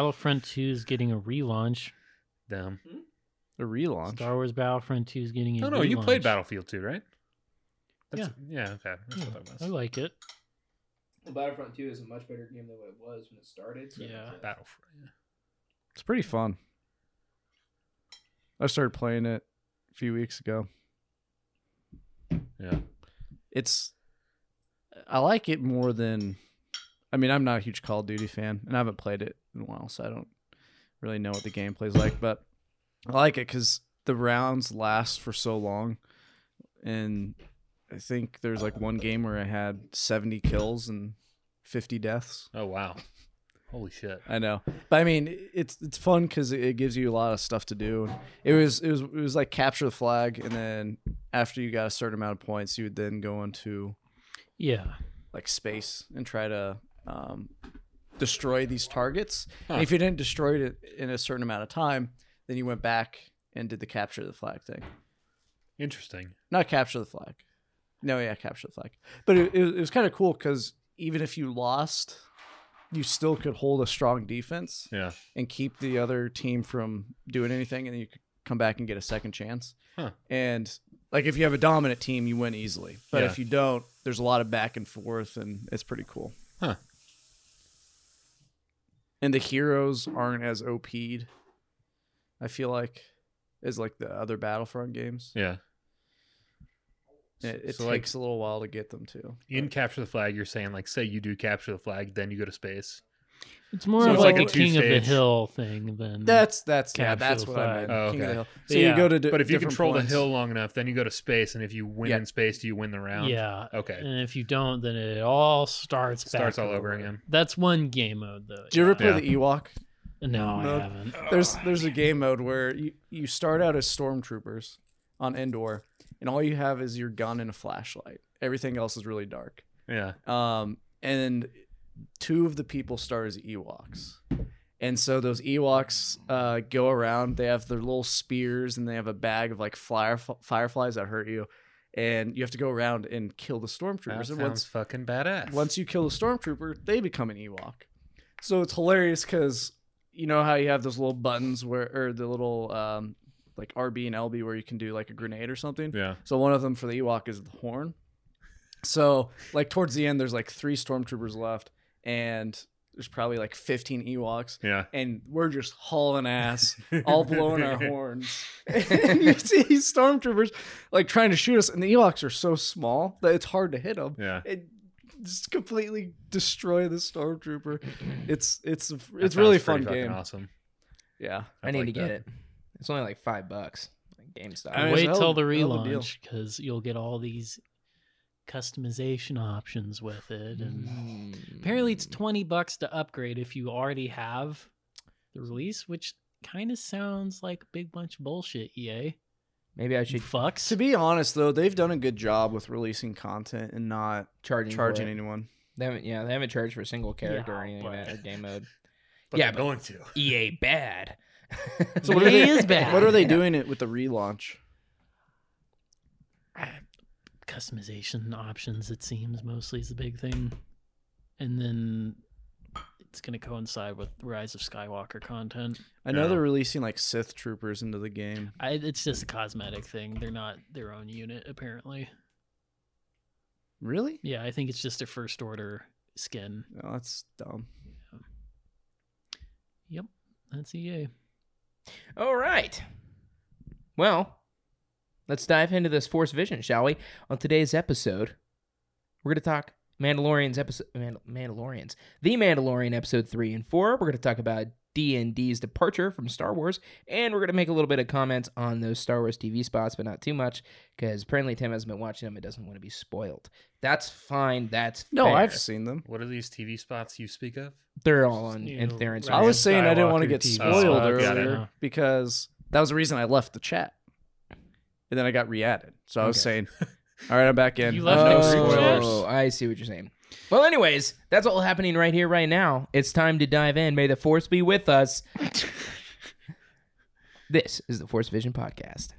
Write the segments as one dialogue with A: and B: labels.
A: Battlefront 2 is getting a relaunch.
B: Damn.
C: A relaunch.
A: Star Wars Battlefront 2 is getting a
B: No, Oh, no, you
A: relaunch.
B: played Battlefield 2, right? yeah. okay. That's
A: Yeah,
B: what that was.
A: I like it.
D: Well, Battlefront 2 is a much better game than what it was when it started. So
A: Yeah.
B: Battlefront. yeah.
C: It's pretty fun. I started playing it a few weeks ago.
B: Yeah.
C: It's I like it more than I mean, I'm not a huge Call of Duty fan and I haven't played it in a while, so I don't really know what the gameplay's like, but I like it cuz the rounds last for so long and I think there's like one game where I had 70 kills and 50 deaths.
B: Oh wow. Holy shit.
C: I know, but I mean, it's it's fun because it, it gives you a lot of stuff to do. It was it was it was like capture the flag, and then after you got a certain amount of points, you would then go into
A: Yeah.
C: like space and try to um, destroy these targets. And
B: Huh.
C: if you didn't destroy it in a certain amount of time, then you went back and did the capture the flag thing.
B: Interesting.
C: Not capture the flag. No, yeah, capture the flag. But it, it, it was kind of cool because even if you lost, you still could hold a strong defense
B: Yeah.
C: and keep the other team from doing anything, and then you could come back and get a second chance.
B: Huh.
C: And like if you have a dominant team, you win easily. But
B: Yeah.
C: if you don't, there's a lot of back and forth, and it's pretty cool.
B: Huh.
C: And the heroes aren't as OP'd. I feel like as like the other Battlefront games.
B: Yeah.
C: It, it
B: so, like-
C: takes a little while to get them to.
B: In capture the flag, you're saying like, say you do capture the flag, then you go to space.
A: It's more
B: So
A: of
B: it's
A: like,
B: like
A: the
B: a
A: King of the
B: two-stage-
A: Hill thing than
C: That's that's yeah,
A: Capture
C: that's
A: the
C: what I
A: flag.
C: meant.
B: Oh,
C: King of the
B: okay.
C: Hill. So
A: Yeah.
C: you go to di-
B: But if you
C: different
B: control
C: points.
B: the hill long enough, then you go to space, and if you win
C: Yeah.
B: in space, do you win the round?
A: Yeah.
B: Okay.
A: And if you don't, then it all starts back
B: Starts all over again.
A: That's one game mode though. Uh,
C: Did you ever play
B: Yeah.
C: the Ewok?
A: No, I
C: mode?
A: haven't.
D: Oh,
C: There's
B: Oh,
C: there's a game mode where you, you start out as stormtroopers on Endor, and all you have is your gun and a flashlight. Everything else is really dark.
B: Yeah.
C: Um, and two of the people start as Ewoks, and so those Ewoks uh, go around. They have their little spears, and they have a bag of like flyer, fireflies that hurt you, and you have to go around and kill the
B: That
C: stormtroopers. And
B: sounds
C: once
B: fucking badass.
C: once you kill a stormtrooper, they become an Ewok. So it's hilarious because you know how you have those little buttons where, or the little um, like RB and LB where you can do like a grenade or something.
B: Yeah.
C: So one of them for the Ewok is the horn. So like towards the end, there's like three stormtroopers left, and there's probably like 15 Ewoks,
B: Yeah.
C: and we're just hauling ass, all blowing our horns. and you see these stormtroopers like trying to shoot us, and the Ewoks are so small that it's hard to hit them
B: Yeah.
C: and just completely destroy the stormtrooper. It's it's
B: That
C: it's really
B: sounds pretty
C: fun
B: fucking
C: game.
B: Awesome.
C: Yeah,
B: I'd
D: I need
B: like
D: to get
B: that.
D: it. It's only like five bucks. Like GameStop.
C: I mean,
A: Wait
C: it's a
A: till
C: hell-
A: the
C: hell of a deal.
A: relaunch because you'll get all these customization options with it, and
C: Mm-hmm.
D: Hmm.
A: apparently
C: Hmm.
A: it's twenty bucks to upgrade if you already have the release, which kind of sounds like a big bunch of bullshit. EA
D: Maybe I
A: you
D: should
A: fucks.
C: To be honest though, they've done a good job with releasing content and not
D: charge
C: charging anyone.
D: They haven't, yeah, they haven't charged for a single character or
A: Yeah,
D: anything
A: but- E
D: like that or game mode.
B: But
D: Yeah,
B: they're going to.
D: EA bad.
C: So what are they-
A: is bad.
C: What are they doing it with the relaunch?
A: Ah, customization options it seems mostly is the big thing and then it's going to coincide with rise of skywalker content
C: I know
B: Yeah.
C: they're releasing like Sith troopers into the game.
A: I, it's just a cosmetic thing they're not their own unit apparently
C: Really?
A: yeah i think it's just a first order skin
C: No, Oh, that's dumb.
A: that's E ea
D: All right. Well, let's dive into this Force Vision, shall we? On today's episode, we're going to talk Mandalorian's episode Mandal- Mandalorians. The Mandalorian episode 3 and 4. We're going to talk about D&D's departure from Star Wars and we're going to make a little bit of comments on those Star Wars TV spots, but not too much cuz apparently Tim hasn't been watching them and doesn't want to be spoiled. That's fine. That's
C: No,
D: fair.
C: I've seen them.
B: What are these TV spots you speak of?
D: they're all on
A: You
D: in
A: know,
D: Theron's
A: Rise
C: I was
A: of
C: saying I didn't want to
A: Skywalker
C: get
A: TV
C: spoiled
B: spots. Got it.
C: earlier because that was the reason I left the chat. And then I got re-added. So I was
D: Okay.
C: saying, all right, I'm back in.
A: You left no
C: Oh,
A: spoilers.
D: Oh, I see what you're saying. Well, anyways, that's all happening right here, right now. It's time to dive in. May the force be with us. this is the Force Vision Podcast.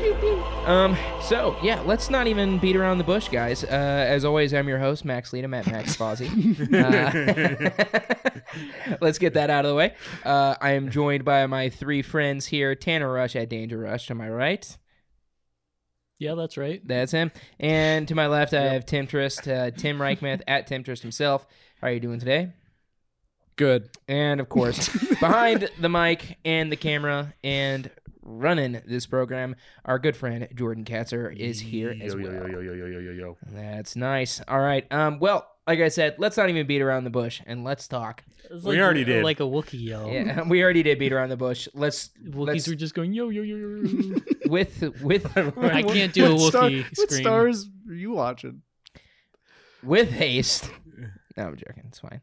D: pew, pew. Um, so yeah, let's not even beat around the bush, guys. Uh, as always, I'm your host, Max Leadham at Max Fozzie. Uh, let's get that out of the way. Uh, I am joined by my three friends here: Tanner Rush at Danger Rush to my right,
A: Yeah, that's right.
D: that's him, and to my left I have Tim Trist, uh, Tim Reichmath at Tim Trist himself. How are you doing today?
C: Good.
D: And of course, behind the mic and the camera and running this program, our good friend Jordan Katzer is here as
B: yo,
D: well.
B: Yo, yo, yo, yo, yo, yo, yo.
D: That's nice. All right. Um. Well, like I said, let's not even beat around the bush and let's talk.
A: It's
B: We
A: like
B: already
A: a,
B: did.
A: Like a Wookiee yell.
B: Oh.
D: Yeah, we already did beat around the bush. Let's
A: Wookiees
D: let's
A: were just going yo yo yo yo. yo.
D: with with
A: I can't do a
C: What star-
A: Wookiee
C: What
A: scream.
C: stars are you watching?
D: with haste. No, I'm joking. It's fine.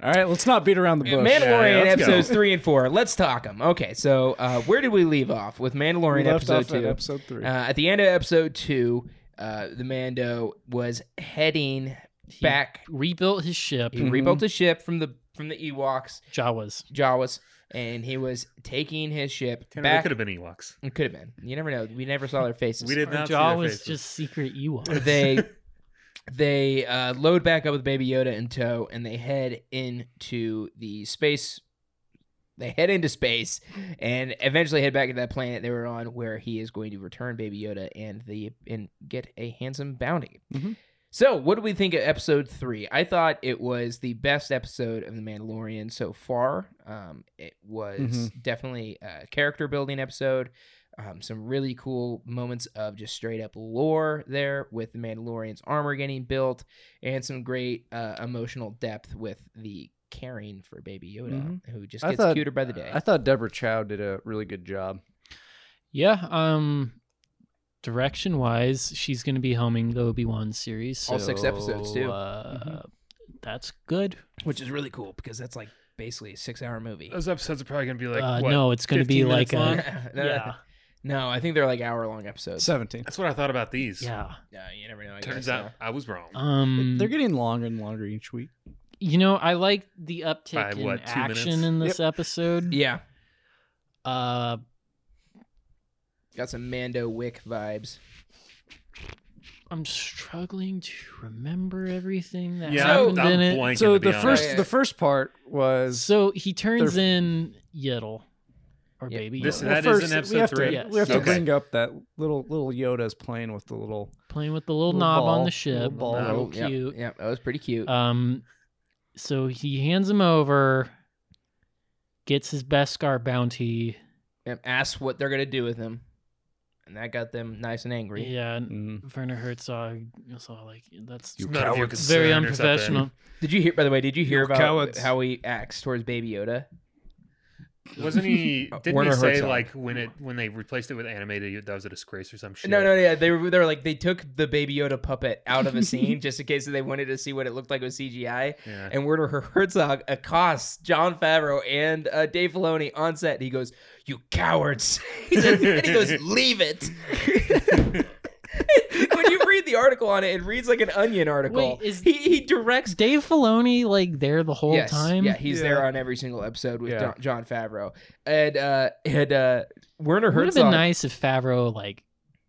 C: All right, let's not beat around the bush.
D: Mandalorian
B: Yeah, let's go.
D: episodes three and four. Let's talk them. Okay, so uh, where did we leave off with Mandalorian
C: We left
D: episode
C: off
D: two?
C: at episode three.
D: Uh, at the end of episode two, uh, the Mando was heading
A: He
D: back.
A: rebuilt his ship,
C: Mm-hmm.
D: He rebuilt his ship from the from the Ewoks,
A: Jawas.
D: Jawas, and he was taking his ship
B: Tanner,
D: back.
B: It could have been Ewoks.
D: It could have been. You never know. We never saw their faces.
B: We did not see their
A: Jawas
B: faces.
A: just secret Ewok.
D: They they uh, load back up with Baby Yoda in tow, and they head into the space. They head into space and eventually head back to that planet they were on, where he is going to return Baby Yoda and the and get a handsome bounty.
C: Mhm.
D: So, what do we think of episode three? I thought it was the best episode of The Mandalorian so far. Um, it was definitely a character building episode um, some really cool moments of just straight up lore there with the Mandalorian's armor getting built and some great uh, emotional depth with the caring for Baby Yoda,
C: Mhm.
D: who just
C: I
D: gets
C: thought-
D: cuter by the day.
C: I thought Deborah Chow did a really good job.
A: yeah. Um. Direction wise, she's going to be helming the Obi Wan series.
D: All six
A: so,
D: episodes, too.
A: Uh, That's good.
D: which is really cool because that's like basically a six hour movie.
B: Those episodes are probably gonna be like
A: uh,
B: what?
A: no, it's going to be
B: 15
A: like
B: minutes
A: a
B: long?
D: no,
A: yeah,
D: no, I think they're like hour long episodes.
C: Seventeen.
B: That's what I thought about these.
A: yeah.
D: no, you never know. I
B: Turns
D: guess,
B: out
D: uh,
B: I was wrong.
A: Um,
C: They're getting longer and longer each week.
A: you know, I like the uptick
B: By
A: in
B: what, two
A: action
B: minutes?
A: in this episode.
D: Yeah,
A: Uh,
D: got some Mando Wick vibes.
A: I'm struggling to remember everything that
B: yeah,
A: happened
B: I'm, I'm
A: in it.
B: blanking.
C: So
B: to be
C: the
B: honest.
C: first
D: Yeah.
C: the first part was
A: So he turns
C: They're-
A: in Yiddle, or
D: Yeah.
A: baby
B: This-
A: Yoda,
C: Well,
B: that is in
C: we
B: episode
C: have
B: three.
C: To,
A: Yes.
C: We have to
B: Okay.
C: bring up that little little Yoda's playing with the little.
A: playing with the little,
C: Little
A: knob on
C: ball,
A: the ship.
C: little ball.
A: Real
D: Oh, yeah,
A: cute.
D: yeah, that was pretty
C: Uh,
D: cute.
A: Um, so he hands him over, gets his Beskar bounty.
D: and asked what they're gonna do with him, and that got them nice and angry.
A: Yeah, and
C: Mm.
A: Werner Herzog was all like, "That's
B: It's none of your
A: it's very
B: concern or something.
A: unprofessional."
D: Did you hear? By the way, did you hear
C: You
D: about
C: cowards.
D: how he acts towards Baby Yoda?
B: Wasn't he?
D: Uh,
B: Didn't
D: Werner
B: he say
D: Herzog.
B: like when it when they replaced it with animated that was a disgrace or some shit?
D: No, no, yeah. They were, they were like they took the Baby Yoda puppet out of a scene just in case they wanted to see what it looked like with CGI.
B: Yeah.
D: And Werner Herzog accosts John Favreau and uh, Dave Filoni on set. And he goes, "You cowards!" he says, and he goes, "Leave it." when you read the article on it, it reads like an Onion article.
A: Wait, is-
D: he, he directs
A: Is Dave Filoni like there the whole
D: yes.
A: time?
D: Yeah, he's
C: Yeah.
D: there on every single episode with
C: Yeah.
D: John, John Favreau and uh and uh Werner
A: it would have
D: Herzog.
A: been nice if Favreau like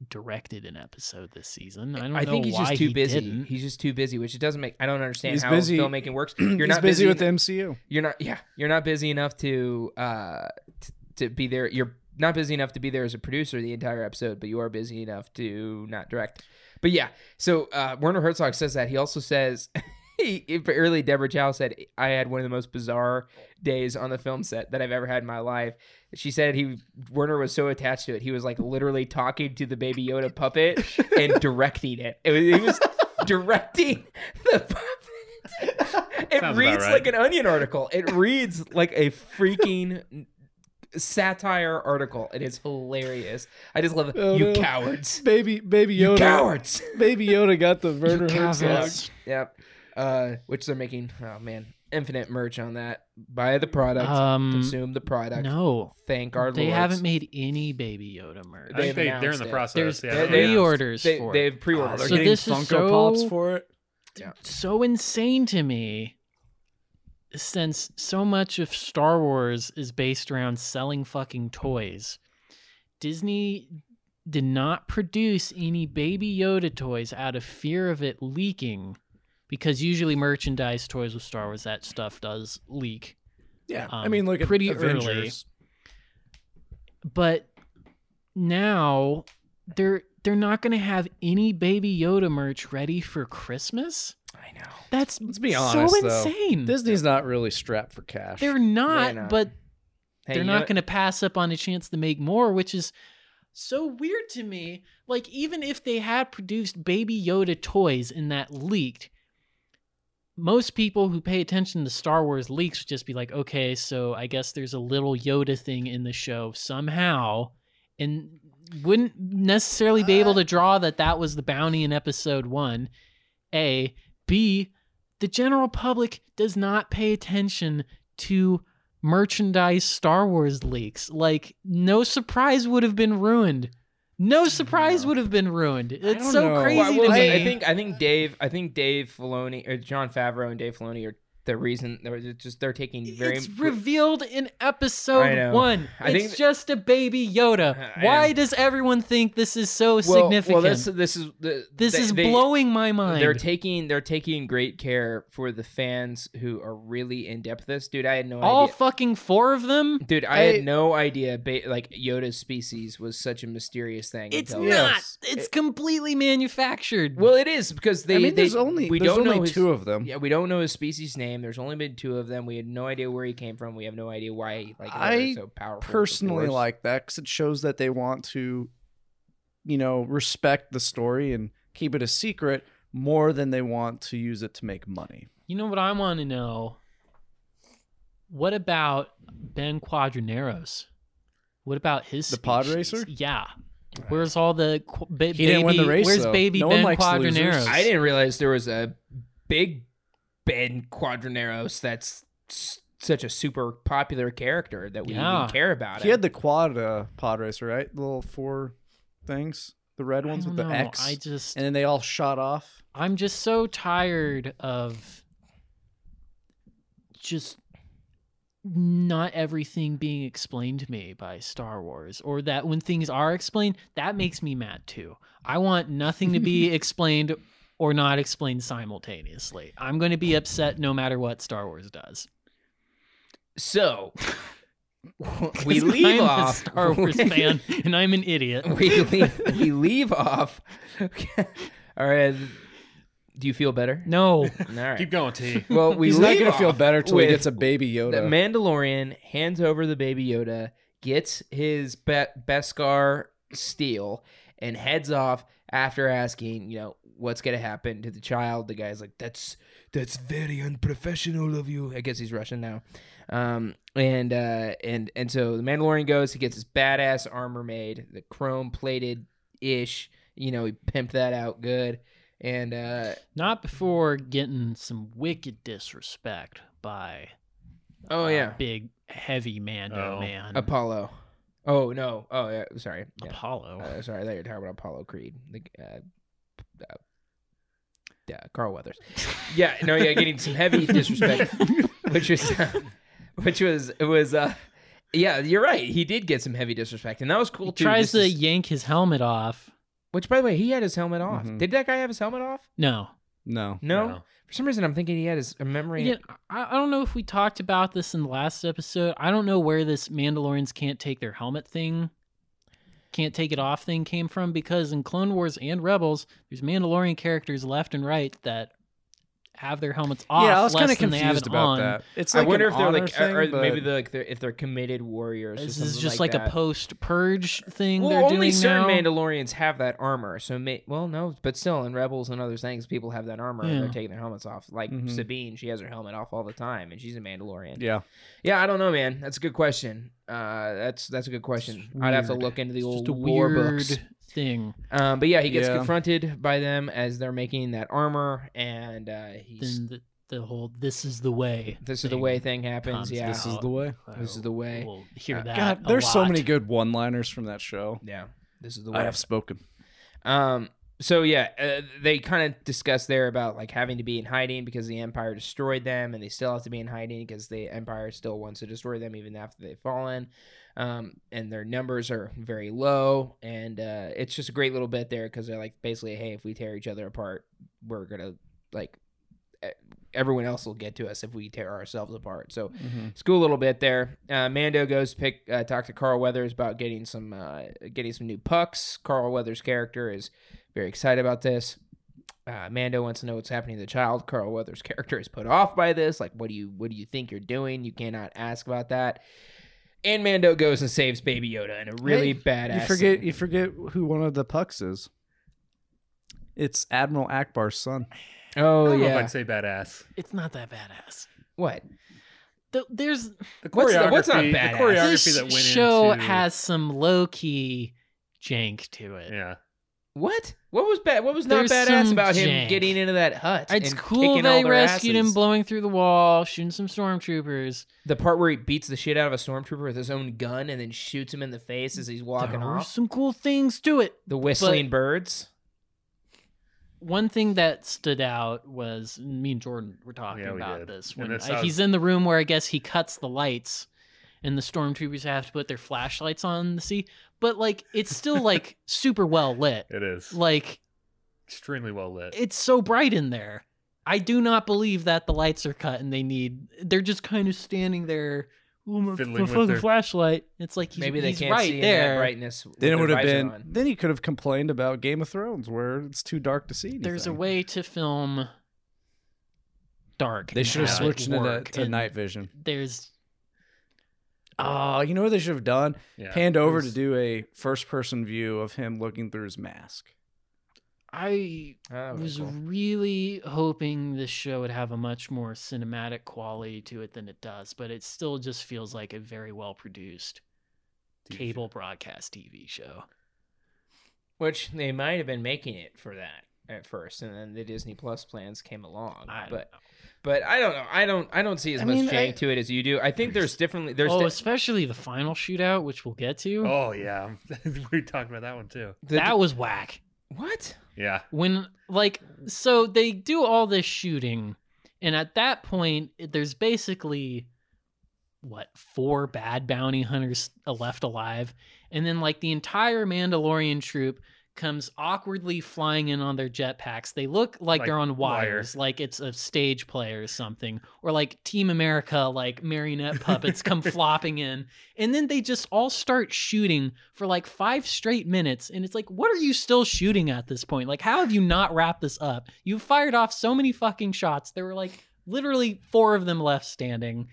A: directed an episode this season. I don't
D: I
A: know
D: think he's
A: why
D: just too
A: he
D: busy.
A: didn't.
D: He's just too busy, which it doesn't make. I don't understand
C: He's
D: how
C: busy-
D: filmmaking works. You're
C: He's
D: not
C: busy,
D: busy,
C: with the MCU.
D: You're not. Yeah, you're not busy enough to uh t- to be there. You're not busy enough to be there as a producer the entire episode, but you are busy enough to not direct. But yeah, so uh Werner Herzog says that. He also says. He, if- early Deborah Chow said, I had one of the most bizarre days on the film set that I've ever had in my life. She said he Werner was so attached to it, he was like literally talking to the Baby Yoda puppet and directing it. It was, he was directing the puppet. It
B: Sounds about
D: reads
B: right.
D: like an Onion article. It reads like a freaking satire article, and it's hilarious. I just love it.
C: Oh,
D: you
C: no.
D: cowards,
C: Baby, baby
D: you
C: Yoda.
D: cowards.
C: Baby Yoda got the Werner Herzog.
A: cowards.
D: Yep. Uh, which they're making. Oh man, infinite merch on that. Buy the product.
A: Um,
D: consume the product.
A: no,
D: Thank our
A: they
D: lords.
A: haven't made any Baby Yoda merch.
B: I think
D: They've
B: they, they're in
D: announced
B: the
D: it.
A: There's
B: process. yeah,
D: they-
B: they're announced.
A: pre-orders
D: They,
A: for
D: they've
C: Oh,
D: pre-ordered.
C: they're
A: So
C: getting
A: this is
C: Funko
A: so-
C: Pops for it.
A: it. So insane to me, since so much of Star Wars is based around selling fucking toys. Disney did not produce any Baby Yoda toys out of fear of it leaking, because usually merchandise toys with Star Wars that stuff does leak.
C: Yeah, I
A: Um,
C: mean, look at
A: pretty early.
C: Avengers.
A: But now they're they're not going to have any Baby Yoda merch ready for Christmas.
D: I know.
A: That's
C: Let's be honest,
A: so
C: though.
A: insane.
C: Disney's not really strapped for cash.
A: they're not,
D: They're not.
A: but
D: Hey,
A: they're
D: you know
A: not
D: what?
A: going to pass up on a chance to make more, which is so weird to me. Like, even if they had produced Baby Yoda toys and that leaked, most people who pay attention to Star Wars leaks would just be like, okay, so I guess there's a little Yoda thing in the show somehow, and wouldn't necessarily be
D: Uh,
A: able to draw that that was the bounty in episode one. A. B. The general public does not pay attention to merchandise Star Wars leaks. Like, no surprise would have been ruined. No surprise would have been ruined. It's
C: don't
A: so
C: know.
A: crazy
D: Well, well,
A: to
D: I,
A: me.
D: I think I think Dave I think Dave Filoni or John Favreau and Dave Filoni are the reason they're just they're taking very
A: it's revealed in episode
D: I know.
A: one.
D: I
A: it's
D: think-
A: just a baby Yoda.
D: I
A: Why
D: am-
A: does everyone think this is so
D: Well-
A: significant?
D: Well, this
A: this
D: this is the, they-
A: is
D: they-
A: blowing my mind.
D: They're taking they're taking great care for the fans who are really in depth. This dude, I had no
A: All
D: idea.
A: fucking four of them.
D: Dude, I,
C: I-
D: had no idea. Ba- like Yoda's species was such a mysterious thing.
A: It's
D: until-
A: not. It's completely manufactured.
D: Well, it is because they.
C: I mean,
D: they-
C: there's only
D: we
C: there's
D: don't
C: only
D: know his-
C: two of them.
D: Yeah, we don't know his species name. There's only been two of them. We had no idea where he came from. We have no idea why like
C: I
D: they're so powerful. with the
C: Personally,
D: Force.
C: like that because it shows that they want to, you know, respect the story and keep it a secret more than they want to use it to make money.
A: You know what I want to know? What about Ben Quadraneros? What about his
C: The pod
A: species?
C: racer?
A: Yeah. Where's all the qu- ba- baby?
C: He didn't win the race,
A: Where's
C: though.
A: baby
C: No one
A: Ben
C: likes losers.
A: Quadraneros?
D: I didn't realize there was a big Ben Quadraneros. That's s- such a super popular character that we
A: Yeah.
D: even care about.
C: He had the quad uh, pod racer, right? The little four things, the red ones with
A: don't
C: the
A: know.
C: X,
A: I just
C: and then they all shot off.
A: I'm just so tired of just not everything being explained to me by Star Wars, or that when things are explained, that makes me mad too. I want nothing to be explained or not explained simultaneously. I'm going to be upset no matter what Star Wars does.
D: so we
A: 'Cause I'm
D: leave off
A: a Star Wars fan, and I'm an idiot.
D: we leave, we leave off. Okay. All right. Do you feel better?
A: No,
D: All right.
B: Keep going, T.
D: Well, we
C: He's not
D: leave
C: gonna feel
D: off
C: better till he
D: with
C: gets a baby Yoda.
D: The Mandalorian hands over the baby Yoda, gets his be- Beskar steel, and heads off after asking, you know, what's gonna happen to the child. The guy's like, "That's that's very unprofessional of you." I guess he's Russian now. Um, and uh, and and so the Mandalorian goes. He gets his badass armor made, the chrome plated ish. You know, he pimped that out good. And uh,
A: not before getting some wicked disrespect by
D: oh
A: uh,
D: yeah,
A: big heavy Mando
B: Oh.
A: man.
D: Apollo. Oh no. Oh yeah. Sorry. Yeah.
A: Apollo.
D: Uh, sorry, I thought you were talking about Apollo Creed. The, uh, uh, yeah, Carl Weathers. Yeah, no, yeah, getting some heavy disrespect, which was, which was, it was, uh, yeah, you're right. He did get some heavy disrespect, and that was cool
A: he
D: too.
A: tries
D: just
A: to
D: s-
A: yank his helmet off.
D: which, by the way, he had his helmet off.
C: Mhm.
D: Did that guy have his helmet off?
A: No,
C: no,
D: Mm-hmm. No.
B: No.
D: For some reason, I'm thinking he had his a memory.
A: Again, I, I don't know if we talked about this in the last episode. I don't know where this Mandalorians can't take their helmet thing, can't take it off thing came from because in Clone Wars and Rebels, there's Mandalorian characters left and right that have their helmets off.
C: yeah, I was kind
A: less
C: of
A: than they have
C: confused
A: it
C: about
A: on.
C: that. It's
D: I
C: like
D: wonder
C: an
D: if they're
C: honor
D: like, uh,
C: thing,
D: or, or
C: but-
D: maybe they're like they're, if they're committed warriors. or
A: This is
D: something
A: just like, a
D: that.
A: post purge thing
D: Well,
A: they're
D: only
A: doing
D: certain
A: now.
D: Mandalorians have that armor. So, may- well, no, but still, in Rebels and other things, people have that armor and they're
A: Yeah. Mm-hmm.
D: taking their helmets off. Like
C: Mhm.
D: Sabine, she has her helmet off all the time, and she's a Mandalorian. Yeah,
C: yeah.
D: I don't know, man. That's a good question. Uh, that's that's a good question.
A: It's
D: I'd have to
A: weird.
D: look into the
A: It's
D: old
A: just a
D: lore
A: weird
D: books.
A: thing.
D: Um, but yeah, he gets
C: Yeah.
D: confronted by them as they're making that armor, and uh, he's
A: Then the, the whole "this is the way."
D: this is the
A: thing.
D: way thing happens.
A: comes
D: Yeah,
A: down.
C: This is the way.
D: This is the way.
A: We'll hear
D: Uh,
A: that.
C: God,
A: a
C: there's so
A: lot.
C: many good one-liners from that show.
D: yeah, this is the way.
C: I have spoken.
D: Um. So yeah, uh, they kind of discuss there about like having to be in hiding because the Empire destroyed them, and they still have to be in hiding because the Empire still wants to destroy them even after they've fallen. um, and their numbers are very low. And uh, it's just a great little bit there because they're like basically, hey, if we tear each other apart, we're gonna like e- everyone else will get to us if we tear ourselves apart. So
A: Mm-hmm.
C: Mhm.
D: school a little bit there. Uh, Mando goes pick uh, talk to Carl Weathers about getting some uh, getting some new pucks. Carl Weathers' character is very excited about this. Uh, Mando wants to know what's happening to the child. Carl Weathers' character is put off by this. Like, what do you what do you think you're doing? You cannot ask about that. And Mando goes and saves Baby Yoda in a really badass.
C: You forget
D: scene.
C: you forget who one of the pucks is. It's Admiral Akbar's son.
D: Oh
B: I don't know if
D: yeah.
B: I'd say badass.
A: It's not that badass.
D: What?
A: Th- There's
B: The
D: What's
B: choreography,
D: the- what's not
B: the
D: badass?
B: choreography
A: this
B: that went
A: show
B: into
A: has some low key jank to it.
B: yeah.
D: What? What was bad? What was not
A: There's
D: badass
A: some
D: about him
A: jank.
D: getting into that hut?
A: It's
D: and
A: cool
D: kicking all
A: they
D: their
A: rescued
D: asses?
A: him, blowing through the wall, shooting some stormtroopers.
D: The part where he beats the shit out of a stormtrooper with his own gun and then shoots him in the face as he's walking
A: There were
D: off.
A: some cool things to it.
D: The whistling birds.
A: One thing that stood out was me and Jordan were talking
B: Yeah, we
A: about
B: did.
A: this.
B: And
A: When
B: this
A: I-
B: sounds-
A: he's in the room where I guess he cuts the lights, and the stormtroopers have to put their flashlights on the sea. But like, it's still like super well lit.
B: It is
A: Like,
B: extremely well lit.
A: it's so bright in there. I do not believe that the lights are cut and they need. They're just kind of standing there. Ooh, my,
B: Fiddling
A: my
B: with
A: fucking
B: their-
A: flashlight. It's like he's,
D: Maybe they
A: he's
D: can't
A: right
D: see in
A: there.
D: that brightness. with
C: Then it
D: their
C: would have
D: visor
C: been.
D: on.
C: Then he could have complained about Game of Thrones, where it's too dark to see.
A: There's a
C: anything.
A: way to film dark.
C: They
A: and
C: should have
A: how it
C: switched into
A: work,
C: to
A: and
C: night vision.
A: There's
C: Oh, you know what they should have done?
B: yeah.
C: Panned over
B: It
C: to
B: was-
C: do a first person view of him looking through his mask.
A: I
D: Oh,
A: was
D: cool.
A: really hoping this show would have a much more cinematic quality to it than it does, but it still just feels like a very well produced
B: TV show.
A: cable broadcast TV show.
D: Which they might have been making it for that at first, and then the Disney Plus plans came along.
A: I don't
D: but
A: know.
D: but I don't know. I don't I don't see as
C: I
D: much
C: mean,
D: jank
C: I-
D: to it as you do. I think there's differently there's
A: oh,
D: di-
A: especially the final shootout, which we'll get to.
B: Oh yeah, we talked about that one too.
D: the-
A: that was whack.
D: what
B: Yeah,
A: when like so they do all this shooting and at that point it- there's basically what four bad bounty hunters uh, left alive and then like the entire mandalorian troop comes awkwardly flying in on their jetpacks they look like,
B: Like
A: they're on
B: wire.
A: wires like it's a stage play or something or like team america like marionette puppets come flopping in and then they just all start shooting for like five straight minutes. And it's like, what are you still shooting at this point? Like, how have you not wrapped this up? You fired off so many fucking shots. There were like literally four of them left standing.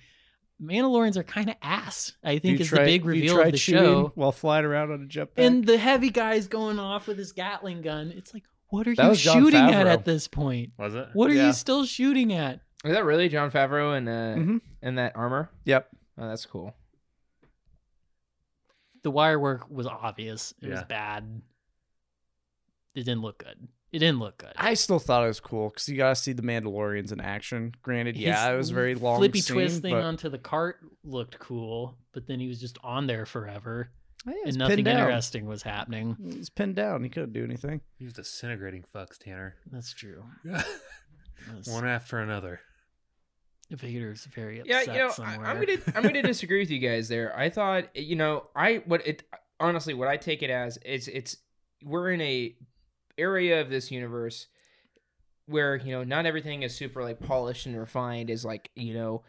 A: Mandalorians are kind of ass, I think,
C: You
A: is
C: tried-
A: the big
C: you
A: reveal
C: tried
A: of the
C: shooting
A: show.
C: while flying around on a jetpack.
A: And the heavy guy's going off with his Gatling gun. It's like, what are
C: That
A: you
C: was Jon
A: shooting at
C: Favreau.
A: at this point?
B: was it?
A: What are
C: Yeah.
A: you still shooting at?
D: is that really John Favreau and uh
C: Mhm.
D: and that armor?
C: Yep.
D: Oh, that's cool.
A: the wire work was obvious. It was
B: Yeah.
A: bad. It didn't look good. It didn't look good.
C: I still thought it was cool because you got to see the Mandalorians in action. Granted, yeah,
A: His
C: it was a very long.
A: Flippy
C: scene,
A: twist thing
C: but-
A: onto the cart looked cool, but then he was just on there forever,
C: Yeah,
A: and
C: it's
A: nothing
C: pinned down.
A: interesting was happening.
C: He's pinned down. He couldn't do anything.
B: He was disintegrating fucks, Tanner.
A: That's true. That's,
B: one after another.
A: Vader's very
D: yeah,
A: upset
D: you know, I,
A: somewhere.
D: I'm gonna I'm gonna disagree with you guys there. I thought, you know, I what it honestly what I take it as is it's we're in a area of this universe where you know not everything is super like polished and refined as like you know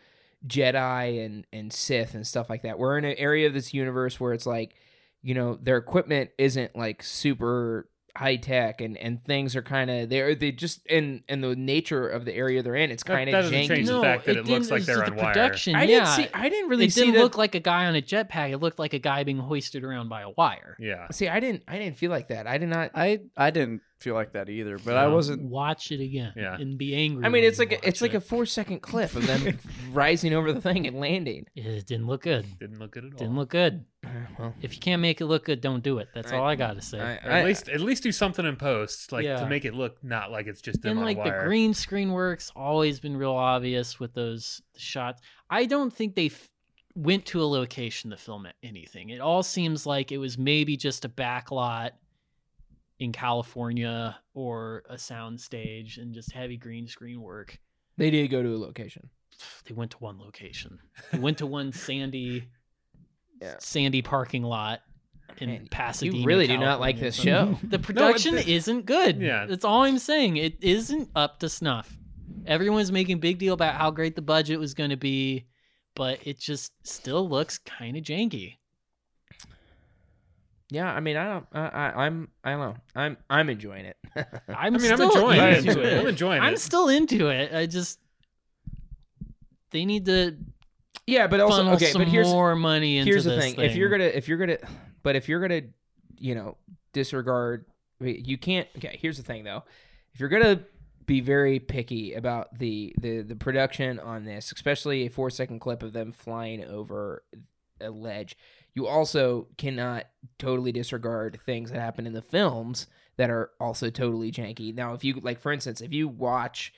D: Jedi and and Sith and stuff like that. We're in an area of this universe where it's like you know their equipment isn't like super high tech and and things are kind of they're they just and and the nature of the area they're in it's
B: That
D: kind of
B: doesn't
D: janky.
B: change the fact that it looks
A: didn't-
B: like
A: it's
B: they're
A: just
B: on
A: the
B: wire.
A: production.
D: I
A: yeah,
D: didn't see. I didn't really
A: it
D: see
A: didn't
D: that.
A: look like a guy on a jetpack. It looked like a guy being hoisted around by a wire.
B: Yeah,
D: see, I didn't. I didn't feel like that. I did not.
C: I I didn't feel like that either, but I
B: No.
C: wasn't.
A: Watch it again
B: Yeah.
A: and be angry.
D: I mean,
A: when
D: it's
A: you
D: like a,
A: watch
D: it's like
A: it.
D: a four second clip of them rising over the thing and landing.
A: It didn't look good.
B: didn't look good at all.
A: Didn't look good.
D: Uh, Well,
A: If you can't make it look good, don't do it. That's
D: I-
A: all I gotta say.
D: I,
B: Or at least at least do something in post, like
A: Yeah.
B: to make it look not like it's just them
A: and
B: on
A: like
B: wire.
A: the green screen work's always been real obvious with those shots. I don't think they f- went to a location to film it, anything. It all seems like it was maybe just a backlot in California or a soundstage and just heavy green screen work.
D: they did go to a location.
A: They went to one location. They went to one sandy
D: Yeah.
A: sandy parking lot in
D: Man, you
A: Pasadena.
D: you really do not
A: California.
D: like this
A: So
D: show.
A: The production
B: the-
A: isn't good.
B: Yeah.
A: that's all I'm saying. It isn't up to snuff. Everyone's making big deal about how great the budget was going to be, but it just still looks kind of janky.
D: Yeah, I mean, I don't. I, I, I'm. I don't know. I'm. I'm enjoying it.
A: I'm
B: I mean, I'm
A: still
B: enjoying
A: into
B: it.
A: it.
B: I'm enjoying it. I'm enjoying
A: I'm
B: it.
A: still into it. I just they need to
D: yeah, but also
A: funnel
D: okay.
A: some
D: But here's
A: more money into
D: here's the
A: this
D: thing. If you're gonna if you're gonna, but if you're gonna, you know, disregard, I mean, you can't. Okay, here's the thing though. If you're gonna be very picky about the the the production on this, especially a four second clip of them flying over a ledge, you also cannot totally disregard things that happen in the films that are also totally janky. Now, if you like, for instance, if you watch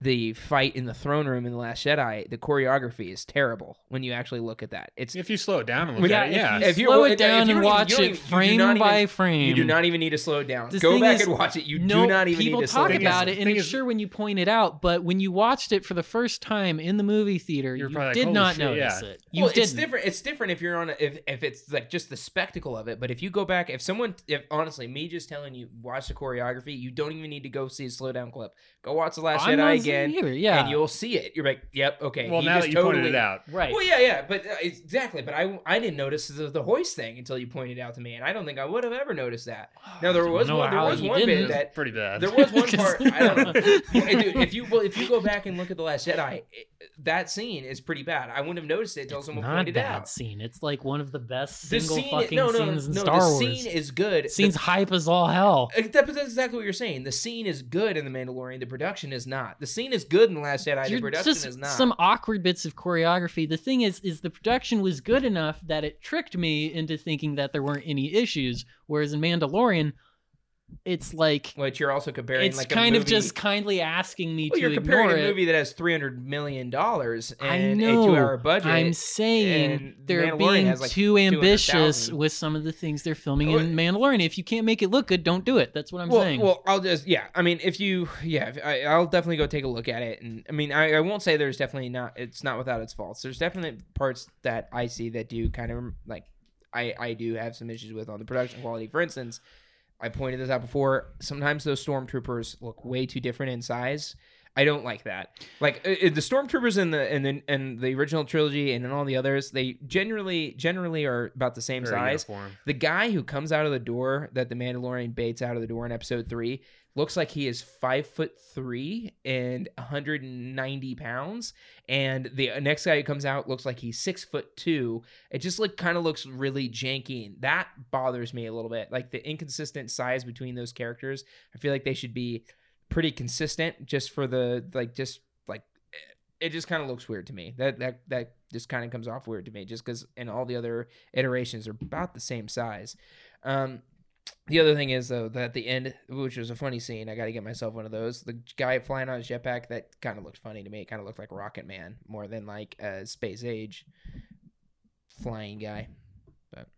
D: the fight in the throne room in the Last Jedi, the choreography is terrible. When you actually look at that, it's
B: If you slow it down a little
D: Well,
B: bit, yeah.
D: yeah, if
A: you
D: if you-
A: slow
D: well,
A: it
D: if you don't
A: down
D: even-
A: and watch
D: you don't
A: it
D: even- you do not
A: frame
D: even-
A: by frame,
D: You do not even need to slow it down.
A: This
D: Go
A: thing
D: back
A: is-
D: and watch it. You
A: no,
D: do not even
A: people
D: need to
A: talk
D: slow it
B: thing
A: about
D: down.
B: is-
A: it, and
B: thing
A: it's
B: is-
A: sure when you point it out, but when you watched it for the first time in the movie theater,
B: You're
A: you
B: probably like,
A: did
B: "Holy
A: not
B: shit,
A: notice
B: yeah."
A: it. You
D: well,
A: didn't.
D: it's different. It's different if you're on a, if if it's like just the spectacle of it. But if you go back, if someone, if honestly, me just telling you watch the choreography, you don't even need to go see a slow down clip. Go watch the Last
A: I'm not
D: Jedi
A: saying
D: again,
A: either, yeah.
D: and you'll see it. You're like, yep, okay.
B: well,
D: he
B: now
D: just
B: that you
D: totally,
B: pointed it out,
A: right.
D: Well, yeah, yeah, but uh, exactly. But I, I didn't notice the, the hoist thing until you pointed out to me, and I don't think I would have ever noticed that. Now there
A: don't
D: was
A: know
D: one, there
A: how
D: was
A: you
D: one
A: didn't.
D: bit
B: it's
D: that
B: pretty bad.
D: There was one
A: 'Cause-
D: part. I don't know. Hey, dude, if you well, if you go back and look at the Last Jedi, it, that scene is pretty bad. I wouldn't have noticed it until
A: It's
D: someone
A: not
D: pointed it
A: that
D: out.
A: scene. It's like one of the best
D: The
A: single
D: scene,
A: fucking
D: no, no,
A: scenes in
D: no,
A: Star
D: the
A: Wars.
D: scene is good.
A: Scene's hype as all hell.
D: The- that- that's exactly what you're saying. The scene is good in The Mandalorian. The production is not. The scene is good in The Last Jedi.
A: You're
D: the production
A: just
D: is not.
A: some awkward bits of choreography. The thing is, is the production was good enough that it tricked me into thinking that there weren't any issues. Whereas in Mandalorian, it's like
D: Which you're also comparing.
A: it's
D: like a
A: kind of
D: movie-
A: just kindly asking me
D: Well,
A: to
D: you're comparing
A: ignore
D: a
A: it.
D: movie that has 300 million dollars
A: I
D: and
A: know.
D: a two-hour budget.
A: I'm saying
D: and
A: they're
D: Mandalorian
A: being
D: has, like,
A: too ambitious
D: 200,000.
A: with some of the things they're filming
D: Well-
A: in Mandalorian. If you can't make it look good, don't do it. That's what I'm
D: well,
A: saying.
D: well, I'll just yeah. I mean, if you yeah, if I, I'll definitely go take a look at it. And I mean, I, I won't say there's definitely not. It's not without its faults. There's definitely parts that I see that do kind of like I I do have some issues with on the production quality. For instance, I pointed this out before. Sometimes those stormtroopers look way too different in size. I don't like that. Like uh, uh, the stormtroopers in the in the in the original trilogy and in all the others, they generally generally are about the same
B: Very
D: size.
B: uniform.
D: The guy who comes out of the door that the Mandalorian baits out of the door in episode three looks like he is five foot three and 190 pounds. And the next guy who comes out looks like he's six foot two. It just look kind of looks really janky. And that bothers me a little bit. Like the inconsistent size between those characters. I feel like they should be pretty consistent just for the like just like eh, it just kind of looks weird to me. That that that just kind of comes off weird to me just cuz and all the other iterations are about the same size. Um, the other thing is though that at the end, which was a funny scene, I got to get myself one of those. The guy flying on his jetpack that kind of looked funny to me. It kind of looked like Rocket Man more than like a space age flying guy. But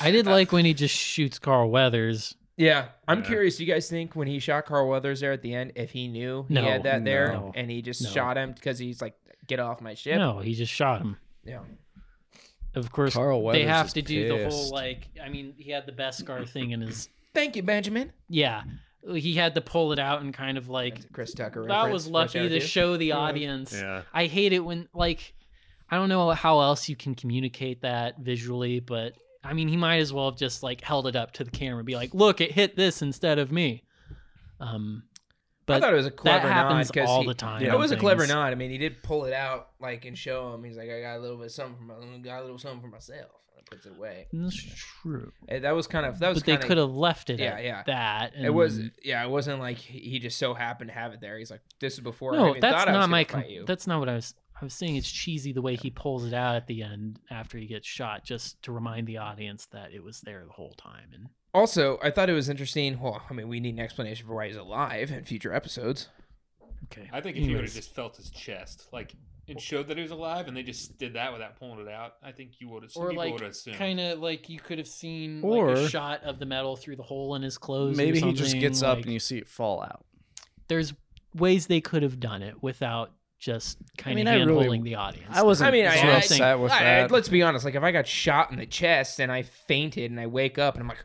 A: I
D: uh,
A: did like when he just shoots Carl Weathers.
D: yeah, I'm
B: Yeah.
D: curious. Do you guys think when he shot Carl Weathers there at the end, if he knew he
A: No,
D: had that there
A: no,
D: and he just
A: no.
D: shot him because he's like, "Get off my ship."
A: No, he just shot him.
D: Yeah.
A: Of course,
C: Carl
A: they
C: Weathers
A: have
C: is
A: to do the whole
C: pissed.
A: like. I mean, he had the best scar thing in his.
D: Thank you, Benjamin.
A: Yeah, he had to pull it out and kind of like
D: Chris Tucker.
A: that was lucky to
D: The
A: show the
D: Yeah.
A: audience.
B: Yeah.
A: I hate it when like I don't know how else you can communicate that visually, but I mean, he might as well have just like held it up to the camera, and be like, "Look, it hit this instead of me." Um,
D: I
A: but
D: thought it was a
A: that
D: clever nod
A: happens
D: 'cause
A: all
D: he-
A: the time.
C: Yeah,
D: It was a clever
A: things.
D: nod. I mean, he did pull it out like and show him. He's like, I got a little bit something for my, got a little something for myself. And puts it away.
A: That's true.
D: Eh, that was kind of that was.
A: But they
D: kinda-
A: could have left it
D: Yeah,
A: at
D: yeah.
A: that.
D: It was
A: and-
D: yeah. It wasn't like he he just so happened to have it there. He's like, this is before. I
A: No,
D: even
A: that's
D: thought I was
A: not my.
D: gonna
A: com-
D: fight you.
A: That's not what I was. I was saying it's cheesy the way he pulls it out at the end after he gets shot, just to remind the audience that it was there the whole time. And
D: Also, I thought it was interesting. Well, I mean, we need an explanation for why he's alive in future episodes.
A: okay,
B: I think if he would have
A: Anyways.
B: just felt his chest, like it showed that he was alive, and they just did that without pulling it out, I think you would have.
A: or
B: people
A: like
B: would assume.
A: kind of like you could have seen like
C: Or-
A: a shot of the metal through the hole in his clothes. or
C: Maybe he just
A: something,
C: gets up
A: like-
C: and you see it fall out.
A: there's ways they could have done it without just kind
C: mean,
A: of
C: I really-
A: handholding the audience.
C: I wasn't.
D: I mean, I,
C: too
A: what
D: I-
A: I'm
C: upset
A: saying.
C: with
D: I- I-
C: that.
D: let's be honest. Like, if I got shot in the chest and I fainted and I wake up and I'm like,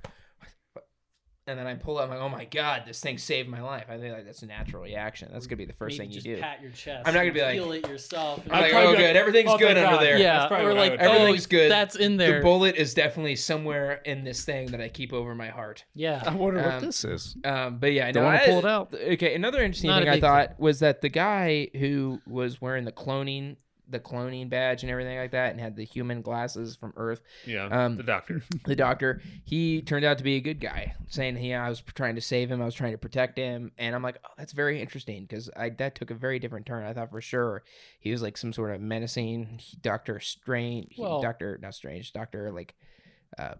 D: and then I pull up, I'm like, oh my god, this thing saved my life. I think like that's a natural reaction. That's gonna be the first
A: Maybe
D: thing you
A: just
D: do.
A: pat your chest.
D: I'm not gonna
A: and
D: be like-
A: feel it yourself.
D: I'm
B: I'd
D: like,
B: probably
D: oh
B: be like,
D: good, everything's
B: "Oh,
D: good
B: thank
D: under
B: God."
D: there.
B: That's
A: yeah,
B: probably
A: or
B: what I
A: like
B: would
A: oh,
B: do.
D: Everything's good.
A: That's in
D: The
A: there.
D: bullet is definitely somewhere in this thing that I keep over my heart.
A: yeah,
C: I wonder what
D: Um,
C: this is.
D: Um, but yeah, I
C: Don't
D: know.
C: wanna
D: I-
C: pull it out.
D: Okay, another interesting
A: Not a
D: thing I
A: big
D: thought was that the guy who was wearing the cloning, the cloning badge and everything like that, and had the human glasses from Earth,
B: Yeah,
D: Um,
B: the doctor.
D: the doctor, he turned out to be a good guy, saying, "Yeah, I was trying to save him, I was trying to protect him," and I'm like, "Oh, that's very interesting," because I that took a very different turn. I thought for sure he was like some sort of menacing Doctor Strange,
A: Well-
D: Doctor not Strange, Doctor like, uh,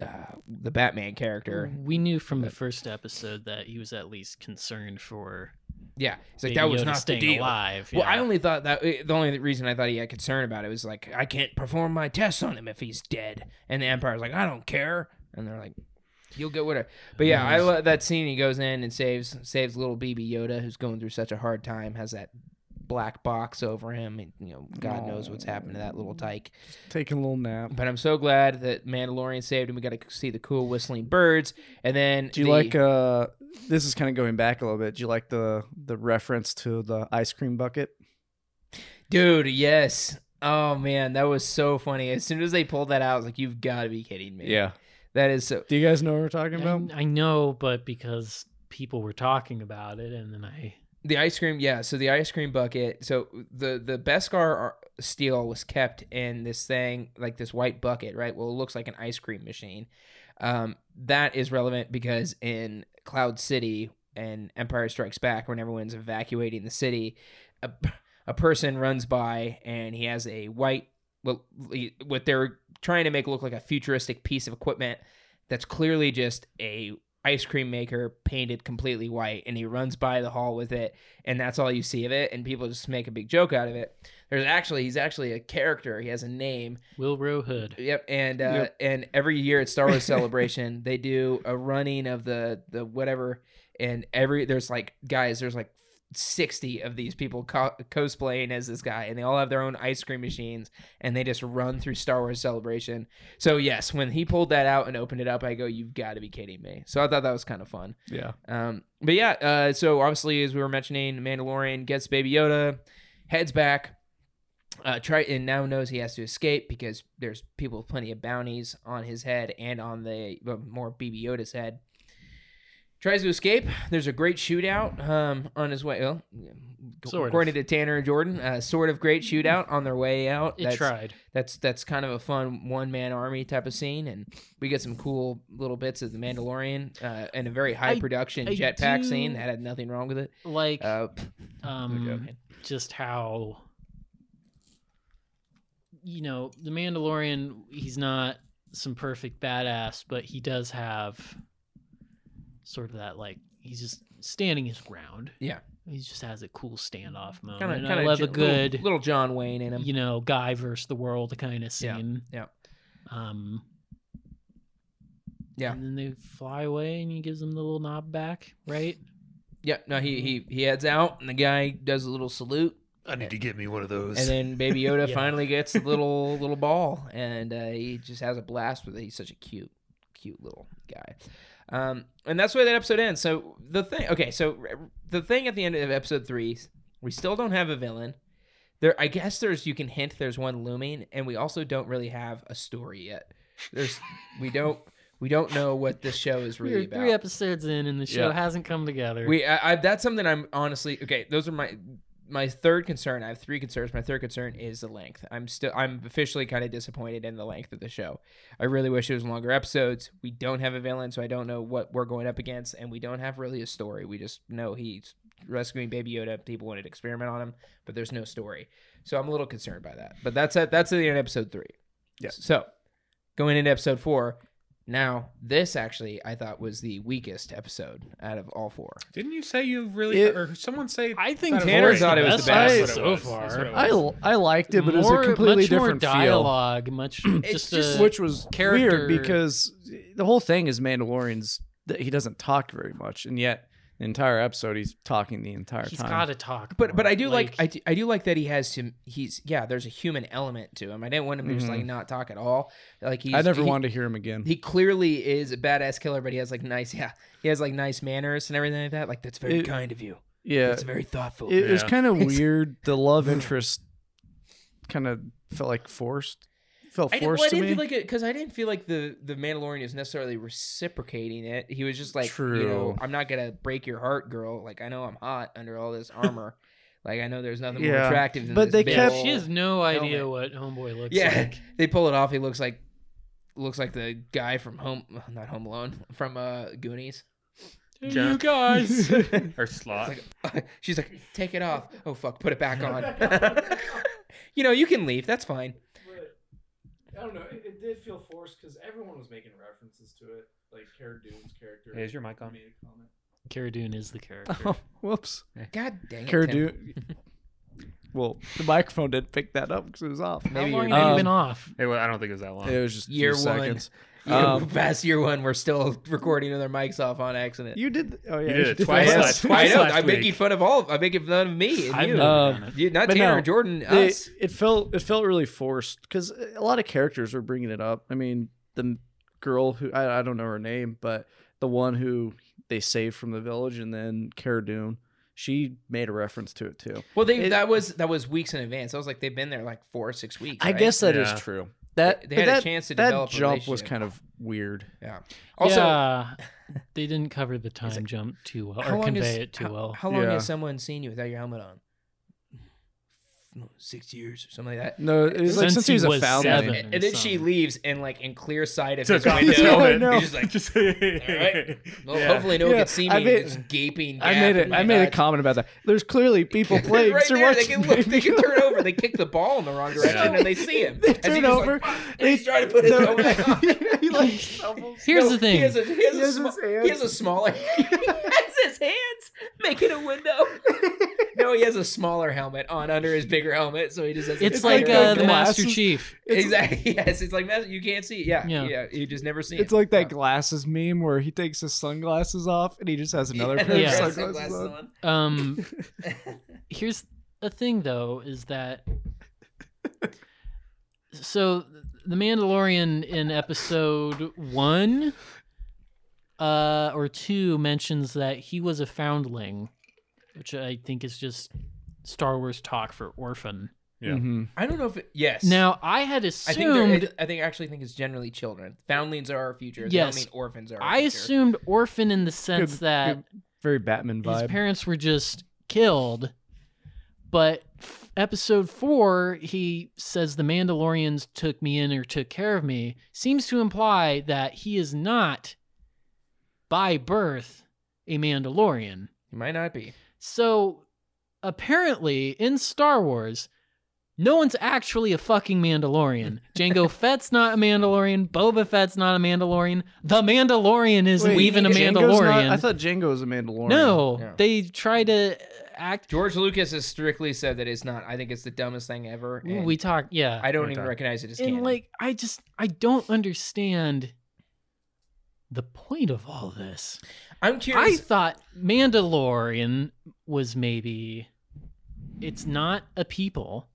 D: uh, the Batman character.
A: we knew from the first episode that he was at least concerned for
D: Yeah, it's like
A: Baby
D: that was
A: Yoda
D: not the
A: staying
D: deal.
A: alive.
D: Well, I
A: yeah.
D: only thought that eh, the only reason I thought he had concern about it was like I can't perform my tests on him if he's dead, and the Empire's like I don't care, and they're like, you'll get whatever. But yeah, I love that scene. He goes in and saves saves little BB Yoda who's going through such a hard time. Has that black box over him, and you know God knows what's happened to that little tyke.
C: Taking a little nap.
D: But I'm so glad that Mandalorian saved him. We got to see the cool whistling birds, and then
C: Do you
D: the-
C: like uh this is kind of going back a little bit. Do you like the the reference to the ice cream bucket?
D: Dude, yes. Oh man, that was so funny. As soon as they pulled that out, I was like, "You've got to be kidding me!" that is so.
C: Do you guys know what we're talking about?
A: I, I know, but because people were talking about it, and then I
D: The ice cream, yeah. So the ice cream bucket. So the the Beskar ar- steel was kept in this thing, like this white bucket, right? Well, it looks like an ice cream machine. Um, that is relevant because in Cloud City and Empire Strikes Back, when everyone's evacuating the city, a, a person runs by and he has a white, well, he- what they're trying to make look like a futuristic piece of equipment that's clearly just a ice cream maker painted completely white and he runs by the hall with it and that's all you see of it and people just make a big joke out of it there's actually he's actually a character he has a name
A: Will Rowe Hood.
D: Yep, and uh,
C: Yep.
D: and every year at Star Wars Celebration, they do a running of the the whatever, and every there's like guys, there's like sixty of these people co- cosplaying as this guy, and they all have their own ice cream machines, and they just run through Star Wars Celebration. So yes, when he pulled that out and opened it up, I go, you've got to be kidding me. So I thought that was kind of fun.
C: Yeah.
D: Um, but yeah, uh, so obviously, as we were mentioning, Mandalorian gets Baby Yoda, heads back. Uh, Triton now knows he has to escape because there's people with plenty of bounties on his head and on the well, more BB Yoda's head. Tries to escape. There's a great shootout um, on his way. Well,
A: Sort of.
D: according to Tanner and Jordan, uh, sort of great shootout on their way out.
A: It
D: That's-
A: tried.
D: that's that's kind of a fun one man army type of scene, and we get some cool little bits of the Mandalorian uh, and a very high
A: I-
D: production
A: I
D: jetpack
A: do-
D: scene that had nothing wrong with it.
A: Like
D: Uh,
A: um,
D: okay.
A: just how you know the Mandalorian. He's not some perfect badass, but he does have sort of that like he's just standing his ground.
D: Yeah.
A: he just has a cool standoff moment.
D: kind of
A: and
D: kind
A: I love a
D: of
A: good
D: little, little John Wayne in him.
A: you know, guy versus the world kind of
D: Yeah,
A: scene.
D: yeah.
A: Um
D: Yeah.
A: And then they fly away and he gives them the little knob back, right?
D: Yeah, no, he he he heads out, and the guy does a little salute,
B: I need to get me one of
D: and
B: those.
D: then Baby Yoda
A: Yeah.
D: finally gets the little little ball, and uh, he just has a blast with it. He's such a cute cute little guy. Um, and that's where that episode ends. So the thing, okay, so r- the thing at the end of episode three, we still don't have a villain. There, I guess there's you can hint there's one looming, and we also don't really have a story yet. There's we don't we don't know what this show is really
A: We're
D: about.
A: three episodes in and the show
C: Yeah.
A: hasn't come together.
D: We, I, I, that's something I'm honestly okay. Those are my my third concern. I have three concerns. My third concern is the length. I'm still, I'm officially kind of disappointed in the length of the show. I really wish it was longer episodes. We don't have a villain, so I don't know what we're going up against, and we don't have really a story. We just know he's rescuing Baby Yoda. People wanted to experiment on him, but there's no story. So I'm a little concerned by that. But that's at that's at the end of episode three.
C: Yeah.
D: So going into episode four. Now, this actually I thought was the weakest episode out of all four.
B: Didn't you say you really?
C: It-
B: or someone say?
A: I think
B: Thought it was
D: Tanner
A: Tanner
B: great.
A: thought it was the best
C: That's
A: episode
B: what it
A: so
B: was. That's what it
A: far.
B: was.
C: I I liked it, but it was a completely
A: much
C: different
A: more dialogue, much just,
D: just-
A: a,
C: feel, which was
A: character-
C: weird because the whole thing is Mandalorians that he doesn't talk very much, and yet the entire episode he's talking the entire
A: He's
C: time.
A: got to talk.
D: But but
A: more.
D: I do like, I, do, I do like that he has him. He's yeah. There's a human element to him. I didn't want him to just
C: Mm-hmm.
D: like not talk at all. Like he's,
C: I never
D: he,
C: wanted to hear him again.
D: He clearly is a badass killer, but he has like nice yeah. He has like nice manners and everything like that. Like that's very
C: It-
D: kind of you.
C: yeah,
D: That's very thoughtful.
C: it was
B: Yeah.
C: kind of weird. The love interest kind of felt like forced. Felt
D: I didn't, well,
C: forced
D: I didn't
C: to me.
D: feel like it because I didn't feel like the the Mandalorian is necessarily reciprocating it. He was just like, you know,
C: True.
D: I'm not gonna break your heart, girl. Like I know I'm hot under all this armor. like I know there's nothing more
C: Yeah.
D: attractive than
C: But
D: this
C: they
D: big
C: kept-
D: old-
A: She has no idea
D: Helmet.
A: what homeboy looks
D: yeah.
A: like.
D: They pull it off. He looks like looks like the guy from Home, not Home Alone, from uh Goonies.
A: Hey,
B: Yeah.
A: You guys.
B: Or slot.
D: It's like, she's like, take it off. Oh fuck, put it back on. you know, you can leave. That's fine.
E: But I don't know. It, it did feel forced because everyone was making references to it. Like Cara Dune's character.
B: Hey, is your mic on?
E: Made a comment.
A: Cara Dune is the character.
C: Oh, whoops.
D: God dang it.
C: Cara
D: Tim.
C: Dune. Well, the microphone didn't pick that up because it was off.
A: How
D: Maybe
A: long
D: you're-
A: have you
C: Um,
A: been off?
B: It, wa- I don't think it was that long.
C: It was just a few
D: Year one.
C: seconds.
D: You know,
C: Um,
D: past year one, we're still recording with our mics off on accident.
C: You did. th- oh yeah,
B: You did it
C: that
B: twice
C: last
B: last-
C: week.
B: twice
D: I know.
B: last
D: I'm making
B: week.
D: fun of all. I'm making fun of me and
A: I've
D: you.
A: never
C: Um,
A: done it.
D: You- not
C: but
D: Tanner,
C: no,
D: Jordan,
C: They-
D: us.
C: it felt it felt really forced because a lot of characters were bringing it up. I mean, the girl who I, I don't know her name, but the one who they saved from the village, and then Cara Dune, she made a reference to it too.
D: Well, they
C: it-
D: that was that was weeks in advance. I was like, they've been there like four or six weeks.
C: I
D: right?
C: guess that is
B: Yeah.
C: true. That
D: They
C: but
D: had a
C: that-
D: chance to
C: that
D: develop a
C: jump was
D: relationship.
C: kind of weird.
D: Yeah. Also,
A: yeah, they didn't cover the time jump too well
D: how
A: or
D: long
A: convey
D: is
A: it too
D: how,
A: well.
D: How long
C: Yeah.
D: has someone seen you without your helmet on? No, Six years or something like that.
C: No, it was like
A: Since
C: since
A: he
C: he was a
A: was
C: foundling.
A: seven.
D: And, and then she
A: something.
D: leaves and like in clear sight of
B: Took
D: his
B: off
D: window.
B: his helmet.
C: No, I
D: He's just like,
B: Just-
D: right. well,
B: Yeah.
D: hopefully no one
C: Yeah,
D: can see me.
C: I made-
D: just gaping.
C: I made it. I made a comment about that. There's clearly people playing.
D: right
C: so
D: there, they
C: watch
D: can
C: the
D: look. They can
C: video.
D: turn over. They kick the ball in the wrong direction
B: Yeah.
D: and they see him.
C: They
D: As he
C: turn
D: just, like,
C: over.
D: and he's trying to put his
C: No.
D: helmet back on.
C: he like stumbles.
A: Here's
D: No,
A: the thing.
D: He has a, he has
C: He
D: a
C: has
D: sma-
C: his hands.
D: he has a smaller. he has his hands making a window. no, he has a smaller helmet on under his bigger helmet, so he just has. a
A: it's
C: it's
A: like
C: like
D: clearer
A: uh,
C: the
A: the Master
C: glasses.
A: Chief.
C: It's-
D: Exactly. Yes, it's like that. You can't see. it. Yeah,
A: Yeah.
D: yeah. You just never see.
C: It's
D: it.
C: like that
D: Yeah.
C: glasses meme where he takes his sunglasses off and he just has another
D: Yeah,
C: pair
A: Yeah.
C: of sunglasses,
D: sunglasses
C: on.
D: on.
A: Um, here's the thing, though, is that so the Mandalorian in episode one uh, or two mentions that he was a foundling, which I think is just Star Wars talk for orphan.
B: Yeah.
C: Mhm.
D: I don't know if it, yes.
A: Now I had
D: I think they're-
A: assumed
D: I think I actually think it's generally children. Foundlings are our future. They
A: Yes.
D: don't mean orphans are. Our
A: I
D: future.
A: assumed orphan in the sense
C: Good-
A: that
C: good- very Batman
A: his
C: vibe.
A: parents were just killed. But f- episode four, he says the Mandalorians took me in or took care of me, seems to imply that he is not by birth a Mandalorian.
D: You might not be.
A: So apparently in Star Wars, no one's actually a fucking Mandalorian. Jango Fett's not a Mandalorian. Boba Fett's not a Mandalorian. The Mandalorian isn't
C: Wait,
A: even a
D: Jango's
C: Django's
A: Mandalorian.
C: Not, I thought Django was a Mandalorian.
A: No,
D: Yeah.
A: they try to act.
D: George Lucas has strictly said that it's not. I think it's the dumbest thing ever. and
A: We talk, yeah.
D: I don't
B: Okay.
D: even recognize it as
A: and
D: canon.
A: like, I just, I don't understand the point of all this.
D: I'm
A: I
D: curious.
A: thought Mandalorian was maybe, it's not a people,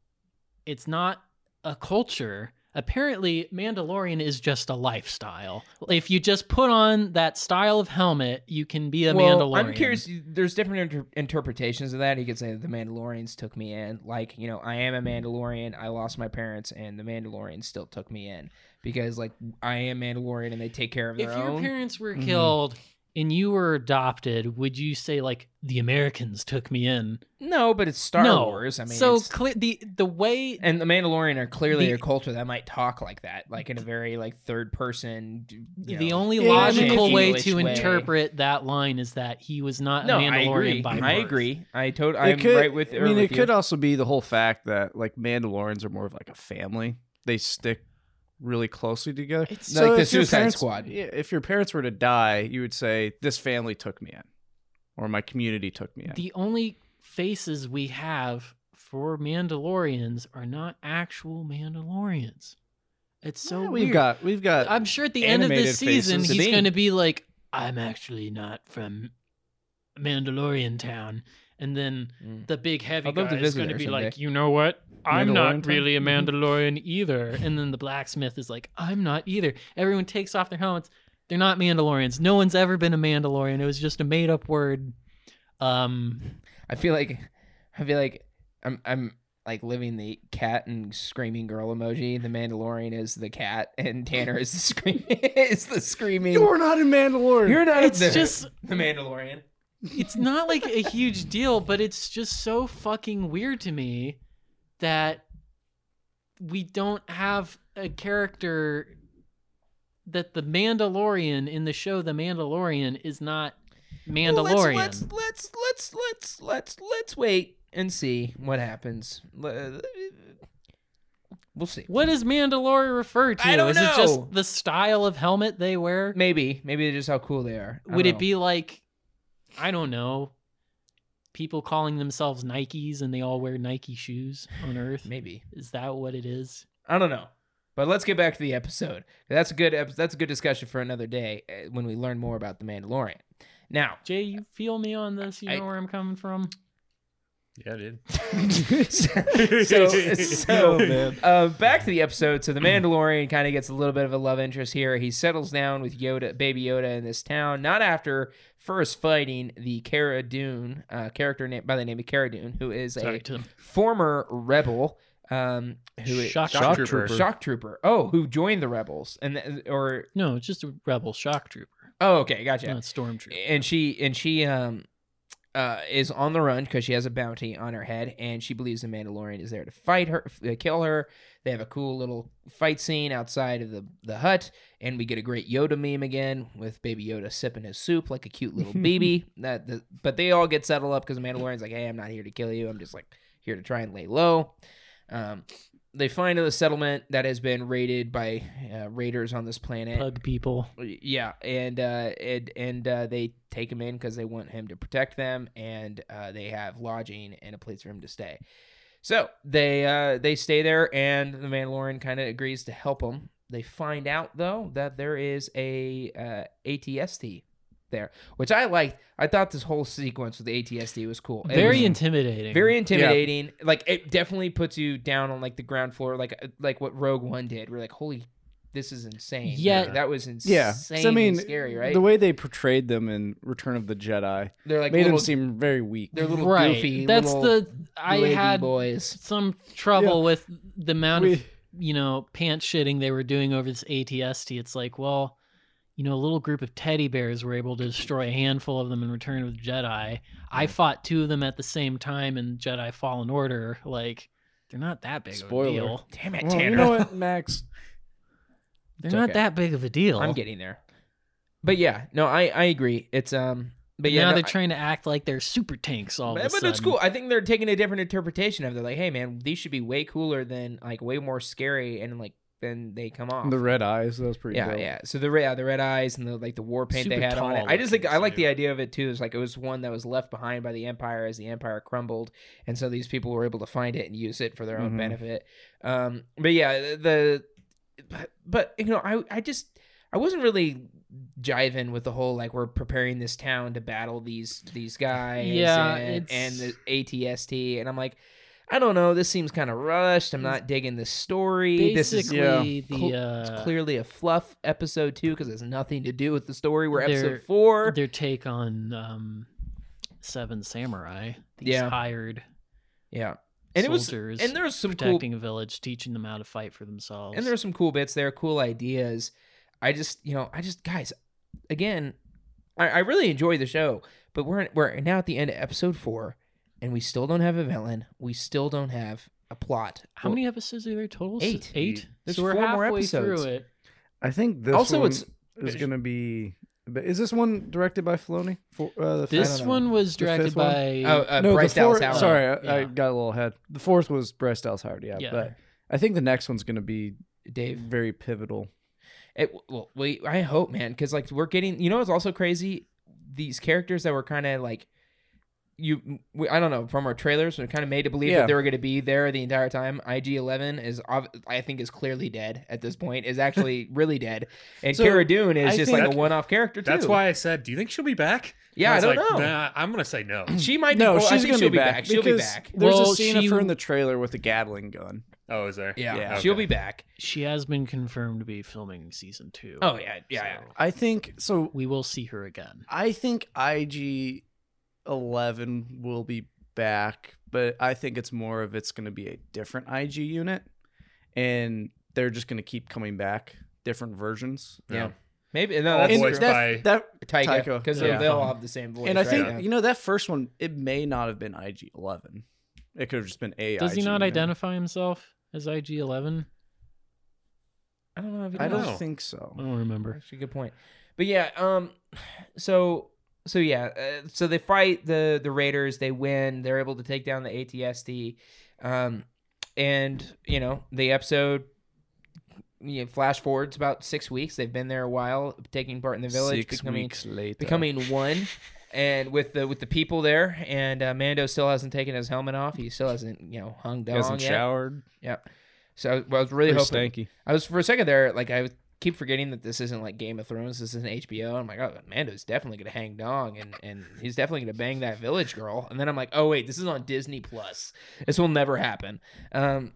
A: it's not a culture. Apparently, Mandalorian is just a lifestyle. If you just put on that style of helmet, you can be a
D: well,
A: Mandalorian.
D: I'm curious. There's different inter- interpretations of that. He could say that the Mandalorians took me in. Like, you know, I am a Mandalorian. I lost my parents, and the Mandalorians still took me in because, like, I am Mandalorian, and they take care of their
A: if your
D: own.
A: parents were
C: Mhm.
A: killed and you were adopted, would you say like the Americans took me in?
D: no, but it's Star
A: no.
D: Wars. I mean,
A: so
D: it's-
A: cle the the way
D: and the Mandalorian are clearly
A: The-
D: a culture that might talk like that, like in a very like third person. d- you
A: the
D: know.
A: only
C: Yeah, I mean,
A: logical
C: if
A: way
D: you-
A: to
D: way.
A: interpret that line is that he was not
D: no,
A: a Mandalorian
D: I agree.
A: by
D: I
A: birth.
D: agree. I totally.
C: It
D: I'm
C: could-
D: right with.
C: I mean, it
D: with you.
C: could also be the whole fact that like Mandalorians are more of like a family. They stick really closely together.
A: It's
D: like the
C: if your
D: Suicide
C: parents-
D: Squad.
C: Yeah, if your parents were to die, you would say this family took me in, or my community took me in.
A: The only faces we have for Mandalorians are not actual Mandalorians. It's so
C: Yeah,
A: weird.
C: we've got we've
D: Uh,
C: got
A: I'm sure at the end of this
C: animated faces.
A: season, he's
C: Sabine.
A: going to be like, I'm actually not from Mandalorian town, and then
D: Mm.
A: the big heavy
D: I'd love to
A: guy is
D: visit
A: going to
D: there
A: be
D: someday. Mm-hmm.
A: like, you know what? I'm
C: Mandalorian
A: not
C: town?
A: really a
C: Mhm.
A: Mandalorian either. And then the blacksmith is like, I'm not either. Everyone takes off their helmets. They're not Mandalorians. No one's ever been a Mandalorian. It was just a made up word. Um,
D: I feel like I feel like I'm I'm like living the cat and screaming girl emoji. The Mandalorian is the cat, and Tanner is the screaming is the screaming.
C: You're not in Mandalorian.
D: You're not
A: it's
D: the,
A: just
D: the Mandalorian.
A: it's not like a huge deal, but it's just so fucking weird to me that we don't have a character that the Mandalorian in the show The Mandalorian is not Mandalorian.
D: let's, let's let's let's let's let's wait and see what happens. Le- We'll see.
A: what does Mandalore refer to?
D: I don't
A: is it
D: know.
A: just the style of helmet they wear?
D: Maybe maybe they're just how cool they are. I
A: Would
D: don't
A: it
D: know.
A: be like I don't know, people calling themselves Nikes and they all wear Nike shoes on Earth?
D: maybe?
A: Is that what it is?
D: I don't know. But let's get back to the episode. That's a good ep- that's a good discussion for another day uh, when we learn more about the Mandalorian. Now,
A: Jay, you feel me on this? You
D: I-
A: know where I'm coming from.
B: Yeah, dude.
D: so,
A: Oh,
D: so uh, back to the episode. So the Mandalorian kind of gets a little bit of a love interest here. He settles down with Yoda, Baby Yoda, in this town. Not after first fighting the Cara Dune uh, character na- by the name of Cara Dune, who is
A: Sorry
D: a
A: to
D: former rebel. Um, who is-
A: shock.
B: Shock
A: trooper.
B: trooper.
D: shock trooper? Oh, who joined the rebels and th- or
A: No, it's just a rebel shock trooper,
D: oh, okay, gotcha.
A: not stormtrooper.
D: and she and she um uh is on the run because she has a bounty on her head and she believes the mandalorian is there to fight her uh, kill her they have a cool little fight scene outside of the the hut and we get a great yoda meme again with baby yoda sipping his soup like a cute little baby that the, but they all get settled up because the mandalorian's like hey i'm not here to kill you i'm just like here to try and lay low um they find the settlement that has been raided by uh, raiders on this planet
A: Pug people.
D: yeah, and uh, and and uh, they take him in because they want him to protect them, and uh, they have lodging and a place for him to stay. So they uh, they stay there, and the Mandalorian kind of agrees to help him. They find out though that there is a uh, ATST there, which I liked. I thought this whole sequence with the ATST was cool. It
A: Very
D: was-
A: intimidating.
D: very intimidating. Like it definitely puts you down on like the ground floor, like uh, like what Rogue One did. We're like, holy, this is insane.
A: Yeah.
D: Like, that was insane.
C: yeah. 'Cause, I mean,
D: scary, right?
C: The way they portrayed them in Return of the Jedi
D: they're like
C: made
D: little,
C: them seem very weak.
D: they're little
A: right.
D: goofy.
A: That's
D: little
A: the I
D: lady
A: had
D: boys.
A: some trouble with the amount of
C: We-
A: you know pants shitting they were doing over this ATST. It's like, well, you know, a little group of teddy bears were able to destroy a handful of them in Return of the Jedi. I fought two of them at the same time in Jedi Fallen Order. Like, they're not that big
C: Spoiler.
A: of a deal.
D: Damn it,
C: Well,
D: Tanner.
C: you know what, Max?
A: They're
D: It's
A: not
D: okay.
A: that big of a deal.
D: I'm getting there. But yeah, no, I I agree. It's um, but yeah,
A: now
D: no,
A: they're
D: I-
A: trying to act like they're super tanks all of a
D: but, but
A: sudden.
D: it's cool. I think they're taking a different interpretation of. it. They're like, hey man, these should be way cooler than like way more scary and like than they come off.
C: The red eyes. That was pretty.
D: yeah,
C: dope.
D: yeah. So the red, yeah, the red eyes and the like the war paint they
A: Super
D: had on it.
A: tall
D: I just think
A: looking,
D: I like
A: too.
D: the idea of it too. Is like it was one that was left behind by the empire as the empire crumbled, and so these people were able to find it and use it for their own
A: Mm-hmm.
C: Mhm.
D: benefit. Um, but yeah, the but, but you know I I just I wasn't really jiving with the whole like we're preparing this town to battle these these guys
A: Yeah,
D: and, and
A: it's-
D: the ATST and I'm like I don't know this seems kind of rushed I'm not digging this story this is
A: Basically,
D: yeah.
A: the
D: Cool.
A: uh,
D: it's clearly a fluff episode two because it has nothing to do with the story. We're
A: They're-
D: episode four.
A: their take on um, Seven Samurai. These
D: Yeah.
A: hired
D: Yeah, and it was
A: soldiers
D: and there was some cool
A: protecting a village, teaching them how to fight for themselves.
D: and there were some cool bits there, cool ideas. I just you know I just guys again, I, I really enjoy the show, but we're we're now at the end of episode four, and we still don't have a villain. We still don't have a plot.
A: how many episodes are there total? S-
D: Eight.
A: Eight.
D: There's
A: so we're
D: four more
A: halfway
D: episodes.
A: through it.
C: I think this
D: Also,
C: one
D: it's-
C: is gonna be. But is this one directed by Filoni? For, uh, the
A: This
D: know.
A: one was
C: The
A: directed
C: fifth one?
A: by.
D: Oh, uh,
C: the
D: Bryce Dallas
C: fourth-
D: Howard.
C: Sorry, I, I
A: Yeah.
C: got a little ahead. The fourth was Bryce Dallas Howard. Yeah,
A: Yeah.
C: but I think the next one's gonna be
D: Dave.
C: very pivotal.
D: It, well, we, I hope, man, because like we're getting, you know, it's also crazy. These characters that were kind of like you we, I don't know from our trailers we kind of made to believe
C: Yeah.
D: that they were going to be there the entire time. IG11 is ob- I think is clearly dead at this point is actually really dead, and
C: So,
D: Cara Dune is
C: I
D: just
C: think-
D: like a one-off character too.
B: That's why I said, "Do you think she'll be back?"
D: Yeah, I
B: And
D: don't
B: was like,
D: know.
B: Nah, I'm gonna say no.
D: She might be.
C: no,
D: well, I
C: she's
D: think
C: gonna
D: she'll
C: be back.
D: She'll be
C: because
D: back.
C: There's
A: Well,
C: a scene of
A: she-
C: her in the trailer with a Gatling gun.
B: Oh, is there?
D: Yeah,
C: Yeah.
D: she'll
B: Okay.
D: be back.
A: She has been confirmed to be filming season two.
D: Oh yeah, yeah, yeah.
A: So
C: I think so.
A: We will see her again.
C: I think IG Eleven will be back, but I think it's more of it's going to be a different IG unit, and they're just going to keep coming back, different versions.
D: Yeah. Maybe no,
B: All
D: that's
B: voiced
D: true.
B: by
C: That
D: Taika
C: Taika,
D: because
C: yeah.
D: they'll all have the same voice.
C: and I
D: right?
C: think
D: Yeah.
C: you know that first one, it may not have been IG Eleven. It could have just been AI.
A: Does he not identify himself as IG Eleven?
D: I don't know. If he
C: I don't
D: does.
B: No.
C: think so.
A: I don't remember.
D: Actually, good point. But yeah, um, so so yeah, uh, so they fight the the Raiders. They win. They're able to take down the ATSD, um, and you know the episode. You know, flash forwards about six weeks. They've been there a while, taking part in the village,
C: Six
D: becoming
C: weeks later,
D: becoming one, and with the with the people there. And uh, Mando still hasn't taken his helmet off. He still hasn't you know hung
C: He
D: down
C: hasn't
D: yet.
C: showered.
D: Yep. So I was, I was really
C: Pretty
D: hoping.
C: stanky.
D: I was for a second there, like I would keep forgetting that this isn't like Game of Thrones. This isn't HBO. I'm like, oh, Mando's definitely gonna hang dong, and and he's definitely gonna bang that village girl. And then I'm like, oh wait, this is on Disney Plus. This will never happen. Um,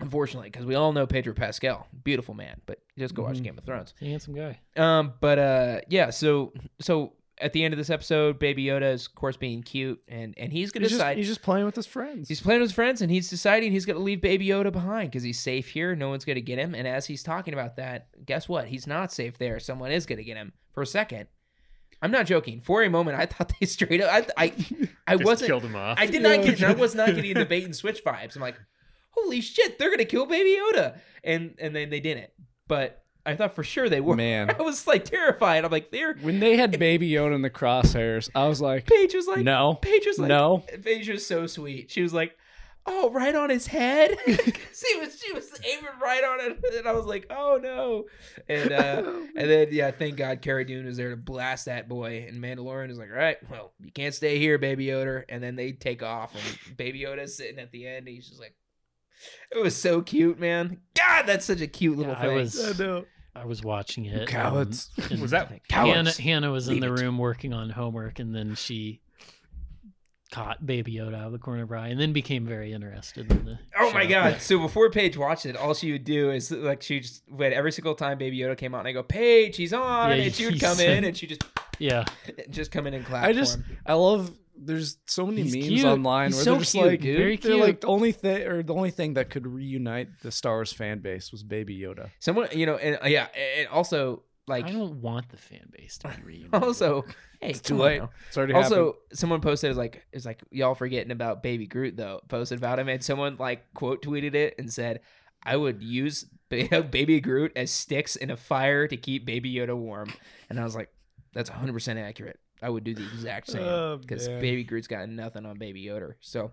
D: unfortunately, because we all know Pedro Pascal, beautiful man, but just go watch
C: Mhm.
D: Game of Thrones.
A: He's a handsome guy.
D: Um, but uh, yeah. So so at the end of this episode, Baby Yoda is of course being cute, and and he's gonna
C: He's just,
D: decide.
C: he's just playing with his friends.
D: He's playing with his friends and he's deciding he's going to leave Baby Yoda behind because he's safe here. No one's going to get him. And as he's talking about that, guess what? He's not safe there. Someone is going to get him for a second. I'm not joking. For a moment, I thought they straight up. I I, I
B: just
D: wasn't.
B: killed him off.
D: I did not get. I was not getting the bait and switch vibes. I'm like, holy shit, they're going to kill Baby Yoda, and and then they didn't. But I thought for sure they were.
C: Man.
D: I was like terrified. I'm like, they're.
C: When they had Baby Yoda in the crosshairs, I was like,
D: Paige was like,
C: no,
D: Paige was like,
C: no.
D: Paige was so sweet. She was like, "Oh, right on his head." 'Cause he was she was aiming right on it, and I was like, "Oh no!" And uh,
A: Oh,
D: and then yeah, thank God Cara Dune was there to blast that boy, and Mandalorian is like, "All right, well, you can't stay here, Baby Yoda." And then they take off, and Baby Yoda's sitting at the end. And he's just like, "It was so cute, man. God, that's such a cute little
A: Yeah, I
D: thing."
A: was I was watching it.
C: Cowards.
A: um, and
B: Was that
A: Hannah, Hannah was in
D: Leave
A: the
D: it.
A: room working on homework, and then she caught Baby Yoda out of the corner of her eye, and then became very interested in the.
D: Oh my
A: show.
D: god! So before Paige watched it, all she would do is like she just went every single time Baby Yoda came out, and I go, "Paige, he's on!"
A: Yeah,
D: and she would
A: he's
D: come in
A: in.
D: and she just
A: Yeah,
D: just come in and clap.
C: I just,
D: for him.
C: I love. There's so many
A: He's
C: memes
A: cute.
C: online
D: He's
C: where
D: so
C: they're just
D: cute,
C: like,
D: dude.
A: Very
C: they're like
A: cute.
C: the only thing, or the only thing that could reunite the Star Wars fan base was Baby Yoda.
D: someone, you know, and uh, yeah, and also like
A: I don't want the fan base to be reunited.
D: also, hey,
C: It's
D: come
C: too
D: on
C: late.
D: now.
C: It's already
D: Also,
C: happened.
D: someone posted is like is like y'all forgetting about Baby Groot though. Posted about him, and someone like quote tweeted it and said, "I would use ba- Baby Groot as sticks in a fire to keep Baby Yoda warm." And I was like, "That's 100 percent accurate. I would do the exact same
C: Oh,
D: because
C: man.
D: Baby Groot's got nothing on Baby Yoda." So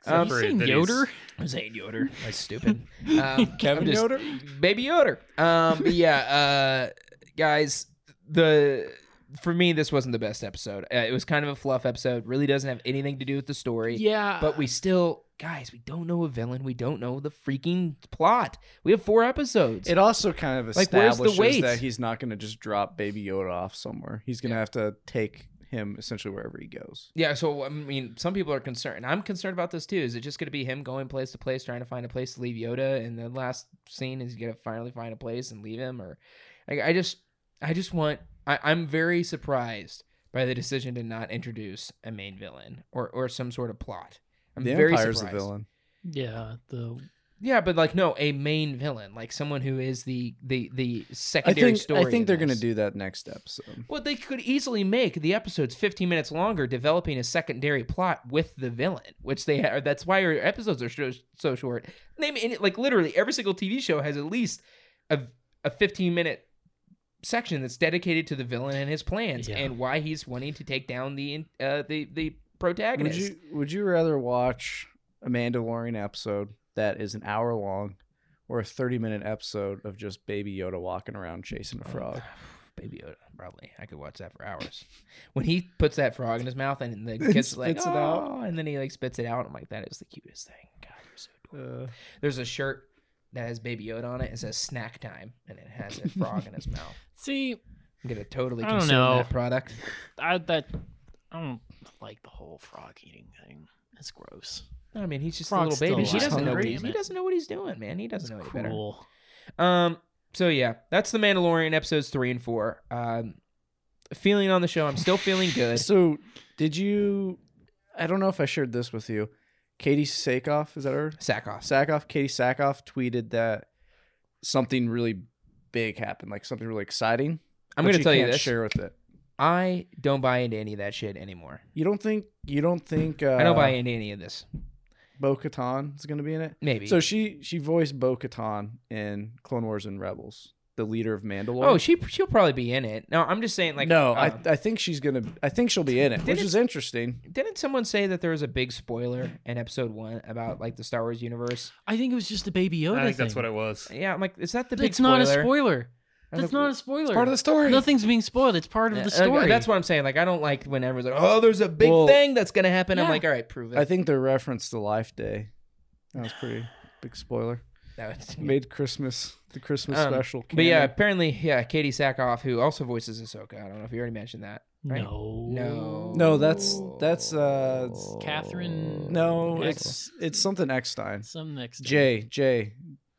B: Except
D: um,
B: for
A: saying
B: that he's-
A: Yoder?
D: I'm saying Yoder. That's stupid. Um,
C: Kevin
D: I'm just-
C: Yoder?
D: Baby Yoder. Um, but yeah, uh, guys, the for me this wasn't the best episode. Uh, it was kind of a fluff episode. Really doesn't have anything to do with the story.
A: yeah,
D: But we still, guys, we don't know a villain. We don't know the freaking plot. We have four episodes.
C: It also kind of
D: Like, where's the
C: establishes
D: weight?
C: that he's not going to just drop Baby Yoda off somewhere. He's going to have to take him essentially wherever he goes.
D: yeah, so I mean, some people are concerned. I'm concerned about this too. Is it just going to be him going place to place, trying to find a place to leave Yoda, and the last scene is going to finally find a place and leave him? Or, like, I just, I just want. I, I'm very surprised by the decision to not introduce a main villain or or some sort of plot. I'm
C: the
D: very
C: Empire's the
D: surprised.
C: villain.
A: yeah, the
D: Yeah, but like, no, a main villain, like someone who is the the the
C: I
D: secondary
C: think
D: story.
C: I think
D: in
C: they're going to
D: this.
C: do that next episode.
D: Well, they could easily make the episodes 15 minutes longer, developing a secondary plot with the villain, which they are. That's why our episodes are so, so short. Name any, like literally every single TV show has at least a, a 15 minute section that's dedicated to the villain and his plans
A: Yeah.
D: and why he's wanting to take down the uh, the the
C: Would
D: protagonist.
C: you would you rather watch a Mandalorian episode that is an hour long or a 30 minute episode of just baby Yoda walking around chasing a frog?
D: Oh, Baby Yoda, probably. I could watch that for hours. when he puts that frog in his mouth and the kid's like,
C: spits
D: oh,
C: it out.
D: and then he like spits it out. I'm like, that is the cutest thing. God, you're so adorable.
C: Uh,
D: There's a shirt that has Baby Yoda on it. It says snack time, and it has a frog in his mouth.
A: See,
D: I'm gonna totally
A: I don't
D: consume
A: know.
D: that product.
A: I that I don't like the whole frog eating thing. It's gross.
D: I mean, he's just
A: Frog's
D: a little baby.
A: still
D: He
A: alive.
D: doesn't know. What
A: Hungry,
D: he's,
A: damn
D: he
A: it.
D: doesn't know what he's doing, man. He doesn't
A: It's
D: know any better.
A: cruel.
D: Um. So yeah, that's the Mandalorian episodes three and four. Um, feeling on the show, I'm still feeling good.
C: so did you? I don't know if I shared this with you. Katie Sakoff, is that her?
D: Sack off.
C: Sakoff, Katie Sakoff tweeted that something really big happened, like something really exciting.
D: I'm
C: but
D: gonna
C: she
D: tell you
C: can't
D: this.
C: Share with it.
D: I don't buy into any of that shit anymore.
C: You don't think? You don't think? Uh,
D: I don't buy into any of this.
C: Bo Katan is gonna be in it.
D: Maybe.
C: So she she voiced Bo Katan in Clone Wars and Rebels, the leader of Mandalore.
D: oh, she she'll probably be in it. No, I'm just saying. Like
C: no,
D: uh,
C: I I think she's gonna. I think she'll be in it, which
D: Didn't-
C: is interesting.
D: didn't someone say that there was a big spoiler in episode one about like the Star Wars universe?
A: I think it was just the baby Yoda.
B: I think that's
A: thing.
B: what it was.
D: Yeah, I'm like, is that the big?
A: It's not a
D: spoiler?
A: spoiler.
D: I don't
A: That's
D: know-
A: not a spoiler.
C: Part of the story.
A: Nothing's being spoiled. It's part of
D: Yeah,
A: the
D: like,
A: story.
D: That's what I'm saying. Like, I don't like when everyone's like, "Oh, there's a big
C: Well-
D: thing that's gonna happen." I'm
A: Yeah.
D: like, "All right, prove it."
C: I think the reference to Life Day. That was pretty big spoiler.
D: No, it's-
C: Made Christmas the Christmas
D: Um,
C: special.
D: But yeah,
C: canon.
D: apparently, yeah, Katie Sackhoff, who also voices Ahsoka. I don't know if you already mentioned that. right?
A: No.
D: No.
C: No, that's- that's, uh, it's-
A: Catherine-
C: no,
A: Ex-
C: it's it's something Eckstein.
A: Some next. day.
C: Jay Jay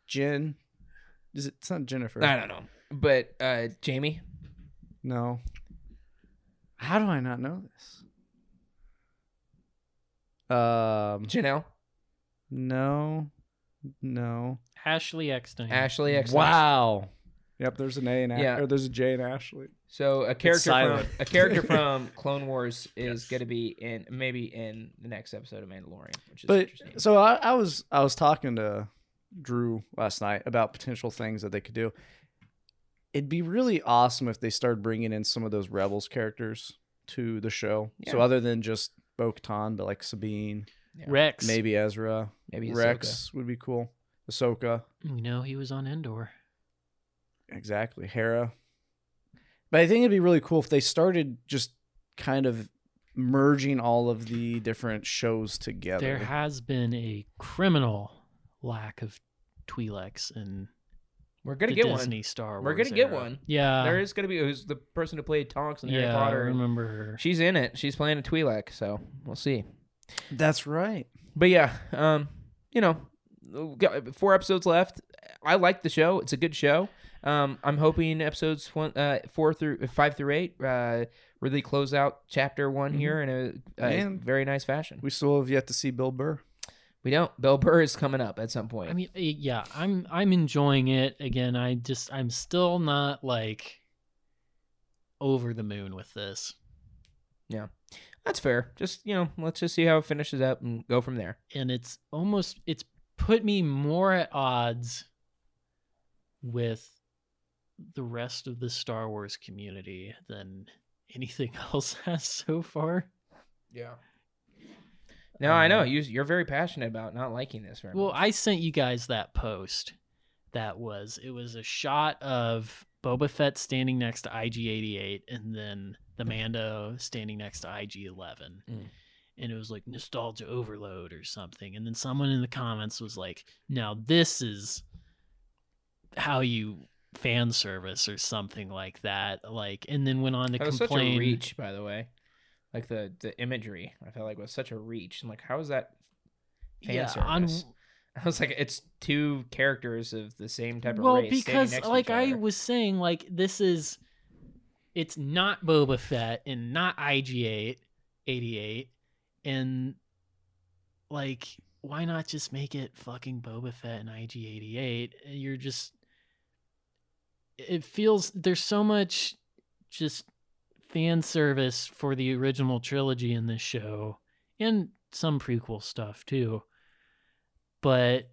C: Jen. Is it? It's not Jennifer.
D: I don't know. But uh, Jamie,
C: No. How do I not know this? Um.
D: Janelle,
C: No. No.
A: Ashley Eckstein.
D: Ashley X.
C: Wow. Yep. There's an A in Ash-
D: Yeah.
C: or there's a J in Ashley.
D: So a character from
C: silent.
D: a character from Clone Wars is going to be in maybe in the next episode of Mandalorian, which is
C: But
D: interesting.
C: so I, I was I was talking to Drew last night about potential things that they could do. It'd be really awesome if they started bringing in some of those rebels characters to the show. So
D: Yeah.
C: other than just Bo-Katan, but like Sabine,
A: Rex.
C: maybe Ezra,
D: maybe Rex.
C: Rex would be cool. Ahsoka,
A: You know he was on Endor.
C: exactly. Hera. But I think it'd be really cool if they started just kind of merging all of the different shows together.
A: There has been a criminal lack of Twi'leks in
D: We're going
A: the
D: to get
A: Disney Star Wars.
D: We're gonna get
A: era.
D: one.
A: Yeah.
D: one. There is going to be who's the person who played Tonks in
A: Uh, yeah,
D: Harry
A: I
D: Potter.
A: remember her.
D: She's in it. She's playing a Twi'lek, so we'll see.
C: That's right.
D: But yeah, um, you know, we've got four episodes left. I like the show. It's a good show. Um, I'm hoping episodes one, uh, four through five through eight uh, really close out chapter one
A: Mm-hmm.
D: here in a, a
C: And-
D: very nice fashion. We,
C: We still have yet to see Bill Burr.
D: don't. Bill Burr is coming up at some point.
A: I mean, eh, yeah, I'm I'm enjoying it. Again, I just I'm still not like over the moon with this.
D: That's fair. Just you know, let's just see how it finishes up and go from there.
A: and it's almost it's put me more at odds with the rest of the Star Wars community than anything else has so far.
D: Yeah. No, I know
A: Um,
D: you. You're very passionate about not liking this very
A: Well,
D: much.
A: I sent you guys that post. That was it was a shot of Boba Fett standing next to IG88 and then the Mando standing next to IG11.
D: Mm.
A: And it was like nostalgia overload or something. And then someone in the comments was like, "Now this is how you fan service or something like that." Like and then went on to
D: That was such
A: complain
D: a reach, by the way. Like the the imagery, I felt like was such a reach. I'm like, how is that? fan
A: yeah, on
D: service. I was like, it's two characters of the same type of
A: well
D: race. standing
A: because
D: next to
A: like
D: each
A: i
D: other.
A: was saying like this is it's not boba fett and not ig8 88 and like why not just make it fucking boba fett and ig88 you're just it feels there's so much just fan service for the original trilogy in this show and some prequel stuff too but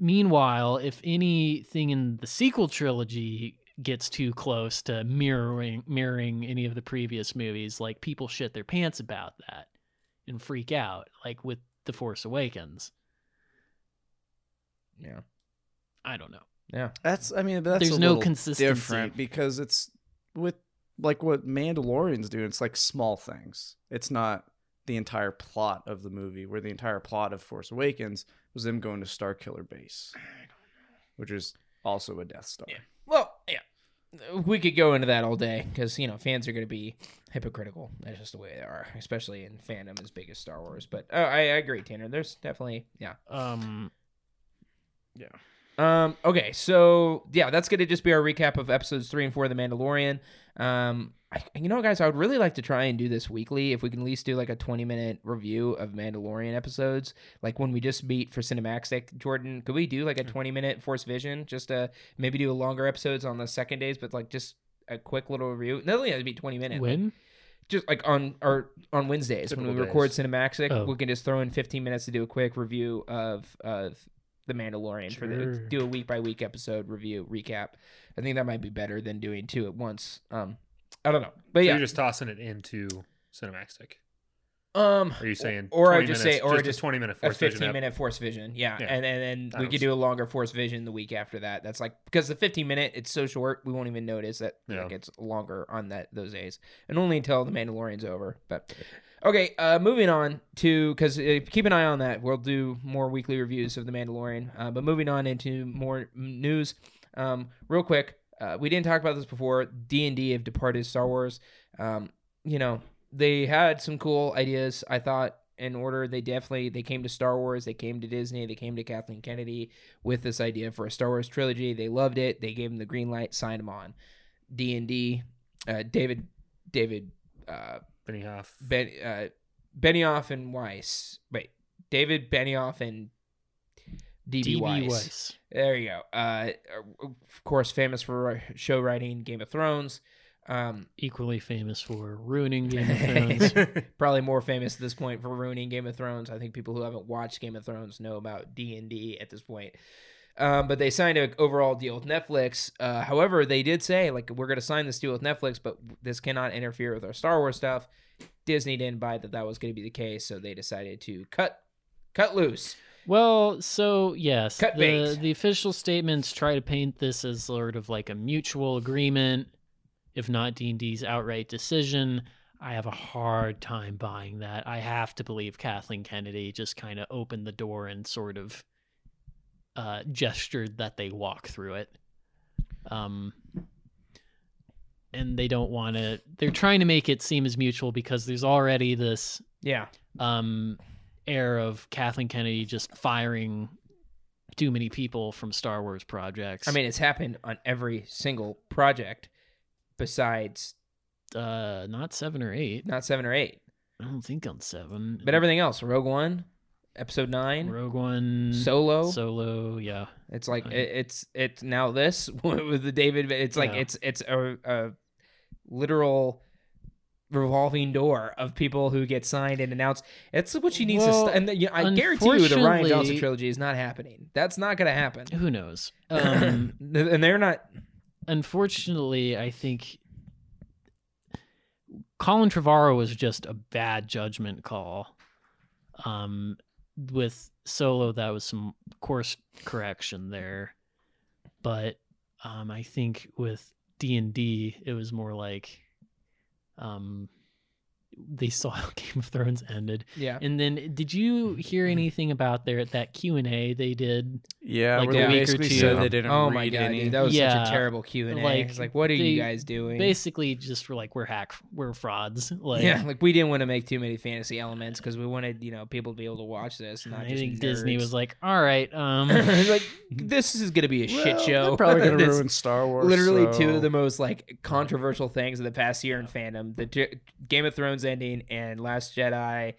A: meanwhile, if anything in the sequel trilogy gets too close to mirroring mirroring any of the previous movies, like people shit their pants about that and freak out, like with The Force Awakens.
D: yeah,
A: I don't know.
D: yeah.
C: That's I mean that's
A: There's
C: a
A: no
C: little
A: consistency.
C: different because it's with like what Mandalorian's doing. It's like small things. It's not the entire plot of the movie, where the entire plot of Force Awakens was them going to Star Killer Base, which is also a Death Star.
D: Yeah. Well, yeah, we could go into that all day because you know fans are going to be hypocritical. That's just the way they are, especially in fandom as big as Star Wars. But uh, I, I agree, Tanner. There's definitely yeah.
A: Um,
D: Um, okay, so yeah, that's gonna just be our recap of episodes three and four of The Mandalorian. Um, I, you know, guys, I would really like to try and do this weekly if we can at least do like a twenty minute review of Mandalorian episodes. Like when we just meet for Cinemaxic, Jordan, could we do like a twenty minute Force Vision? Just uh maybe do longer episodes on the second days, but like just a quick little review. Not only has to be twenty minutes. like,
A: when?
D: just like on our on Wednesdays when we
C: Typical
D: record
C: days.
D: Cinemaxic,
A: Oh.
D: we can just throw in 15 minutes to do a quick review of of the Mandalorian for the
A: Sure.
D: do a week by week episode review recap. I think that might be better than doing two at once. Um, I don't know, but
B: So
D: yeah,
B: You're just tossing it into Cinemaxtic.
D: um,
B: Are you saying?
D: or I
B: 20
D: just
B: minutes,
D: say, or
B: just,
D: just
B: a twenty minute
D: a
B: force vision
D: 15
B: app?
D: minute Force Vision, yeah,
B: Yeah.
D: and and then
B: I
D: we
B: don't
D: could do a longer Force Vision the week after that. That's like because the 15 minute it's so short we won't even notice that
B: Yeah.
D: it gets longer on that those days. and only until the Mandalorian's over. But okay, uh, moving on to because uh, keep an eye on that. We'll do more weekly reviews of the Mandalorian. Uh, but moving on into more m- news, um, real quick. Uh, we didn't talk about this before. D and D have departed Star Wars. Um, you know they had some cool ideas. I thought in order they definitely they came to Star Wars, they came to Disney, they came to Kathleen Kennedy with this idea for a Star Wars trilogy. They loved it. They gave them the green light, signed them on. D and D, uh, David David uh,
B: Benny Hoff.
D: ben, uh, Benioff and Weiss. Wait, David Benioff and DB,
A: DB
D: Weiss.
A: Weiss.
D: There you go. Uh, of course, famous for show writing Game of Thrones. Um,
A: Equally famous for ruining Game of Thrones.
D: probably more famous at this point for ruining Game of Thrones. I think people who haven't watched Game of Thrones know about D and D at this point. Um, but they signed an overall deal with Netflix. Uh, however, they did say like we're going to sign this deal with Netflix, but this cannot interfere with our Star Wars stuff. Disney didn't buy that that was going to be the case, so they decided to cut cut loose.
A: Well, so yes,
D: Cut
A: the,
D: bait.
A: the official statements try to paint this as sort of like a mutual agreement, if not D&D's outright decision. I have a hard time buying that. I have to believe Kathleen Kennedy just kind of opened the door and sort of uh, gestured that they walk through it. Um, and they don't want to. They're trying to make it seem as mutual because there's already this
D: Yeah,
A: um, air of Kathleen Kennedy just firing too many people from Star Wars projects.
D: I mean it's happened on every single project besides
A: uh, not seven or eight.
D: not seven or eight,
A: I don't think on seven.
D: but everything else. Rogue One, Episode Nine,
A: Mm-hmm. Rogue One,
D: Solo.
A: Solo, yeah.
D: It's like
A: Right.
D: it, it's it's now this with the David. It's like
A: Yeah.
D: it's it's a, a literal revolving door of people who get signed and announced. It's what she needs
A: Well,
D: to. St- and the, you I guarantee you, the Ryan Johnson
A: unfortunately-
D: trilogy is not happening. That's not going to happen.
A: Who knows? Um,
D: and they're not.
A: unfortunately, I think Colin Trevorrow was just a bad judgment call. Um, with Solo, that was some course correction there, but um, I think with D and D, it was more like, um, they saw how Game of Thrones ended.
D: Yeah.
A: And then, did you hear anything about their that Q and A they did?
C: Yeah,
A: Like
C: where
A: a
C: they
A: week or
C: basically
A: two.
C: said they didn't
D: Oh
C: read
D: my god,
C: any.
D: dude, that was
A: Yeah.
D: such a terrible Q and A.
A: Like,
D: It's like, what are
A: they
D: you guys doing?
A: Basically, just were like, we're hack, we're frauds. Like,
D: yeah, like we didn't want to make too many fantasy elements because we wanted you know people to be able to watch this. and
A: And
D: Not
A: I
D: just
A: think Disney
D: nerds.
A: was like, all right, um,
D: like this is gonna be a
C: Mm. Well,
D: shit show.
C: They're probably gonna
D: This-
C: ruin Star Wars.
D: Literally
C: so-
D: two of the most like controversial things of the past year in fandom: the J- Game of Thrones ending and Last Jedi,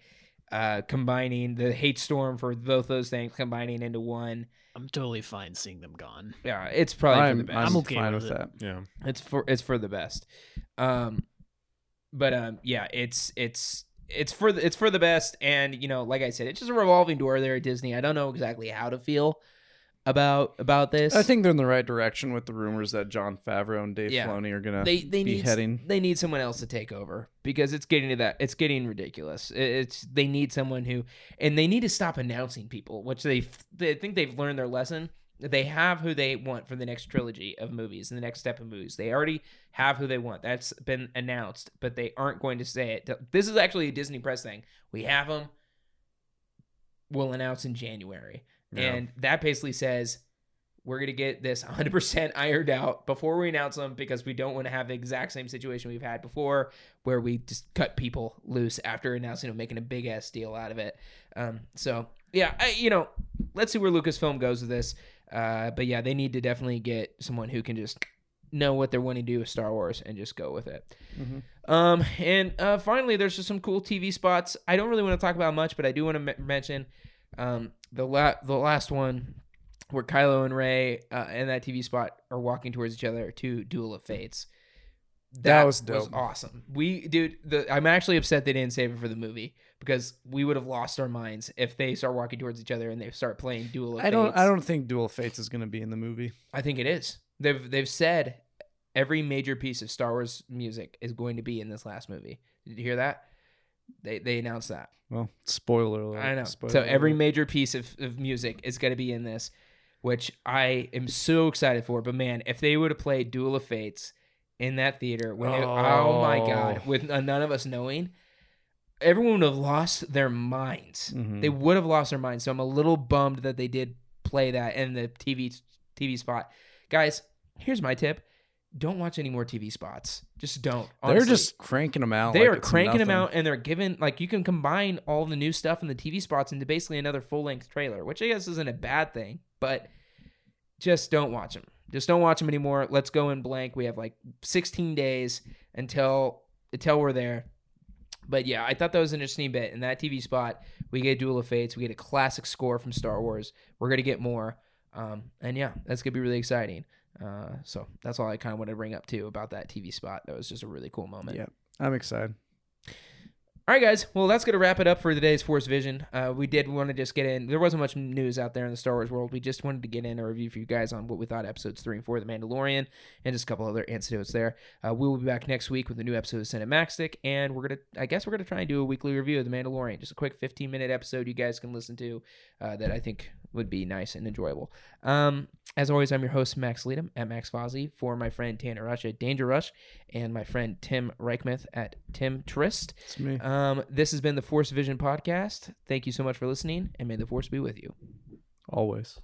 D: uh, combining the hate storm for both those things, combining into one.
A: I'm totally fine seeing them gone.
D: Yeah, it's probably for the
C: I'm,
D: best.
C: I'm
A: I'm okay
C: fine
A: with
C: with
A: it.
C: that.
B: Yeah.
D: It's for it's for the best. Um but um yeah, it's it's it's for the, it's for the best and you know, like I said, it's just a revolving door there at Disney. I don't know exactly how to feel about about this.
C: I think they're in the right direction with the rumors that John Favreau and Dave
D: Yeah.
C: Filoni are gonna.
D: they they
C: be
D: need
C: heading.
D: they need someone else to take over because it's getting to that it's getting ridiculous. It- It's they need someone who and they need to stop announcing people, which they they think they've learned their lesson. They have who they want for the next trilogy of movies and the next step of movies. They already have who they want. That's been announced, but they aren't going to say it. This is actually a Disney press thing. We have them. We'll announce in January.
C: Yeah.
D: And that basically says we're going to get this 100% ironed out before we announce them because we don't want to have the exact same situation we've had before where we just cut people loose after announcing them, making a big ass deal out of it. Um, so, yeah, I, you know, let's see where Lucasfilm goes with this. Uh, but yeah, they need to definitely get someone who can just know what they're wanting to do with Star Wars and just go with it.
C: Mhm.
D: Um, and uh, finally, there's just some cool TV spots. I don't really want to talk about much, but I do want to m- mention um, the la- the last one where Kylo and Ray uh, in that TV spot are walking towards each other to Duel of Fates. That,
C: was dope.
D: awesome. We, dude, the, I'm actually upset they didn't save it for the movie because we would have lost our minds if they start walking towards each other and they start playing Duel of
C: I don't.
D: Fates.
C: I don't think Duel of Fates is going to be in the movie.
D: I think it is. They've they've said every major piece of Star Wars music is going to be in this last movie. Did you hear that? They they announced that.
C: Well, spoiler alert.
D: I know.
C: Spoiler
D: So every
C: alert.
D: major piece of, of music is going to be in this, which I am so excited for. But man, if they would have played Duel of Fates in that theater, when they, oh my god,
C: Oh.
D: with none of us knowing, everyone would have lost their minds.
C: Mhm.
D: They would have lost their minds. So I'm a little bummed that they did play that in the TV TV spot. Guys, here's my tip: don't watch any more TV spots. Just don't.
C: they're
D: honestly.
C: just cranking them out.
D: They
C: like
D: are
C: it's
D: cranking them out,
C: nothing.
D: and they're giving like you can combine all the new stuff and the TV spots into basically another full length trailer, which I guess isn't a bad thing. But just don't watch them. Just don't watch them anymore. Let's go in blank. We have like 16 days until until we're there. But yeah, I thought that was an interesting bit. In that TV spot, we get Duel of Fates, we get a classic score from Star Wars. We're gonna get more, um, and yeah, that's gonna be really exciting. Uh, so that's all I kind of wanted to bring up too about that TV spot. That was just a really cool moment.
C: Yeah. I'm excited.
D: All right, guys. Well, that's going to wrap it up for today's Force Vision. Uh, we did want to just get in. There wasn't much news out there in the Star Wars world. We just wanted to get in a review for you guys on what we thought episodes three and four of The Mandalorian and just a couple other anecdotes there. Uh, we will be back next week with a new episode of Cinemaxtic, and we're going to, I guess, we're going to try and do a weekly review of The Mandalorian. Just a quick 15 minute episode you guys can listen to uh, that I think would be nice and enjoyable. Um, as always, I'm your host, Max Leadham at Max Fosley for my friend Tanner Rush at Danger Rush and my friend Tim Reichmuth at Tim Trist.
C: It's me.
D: Um, this has been the Force Vision Podcast. Thank you so much for listening, and may the Force be with you.
C: Always.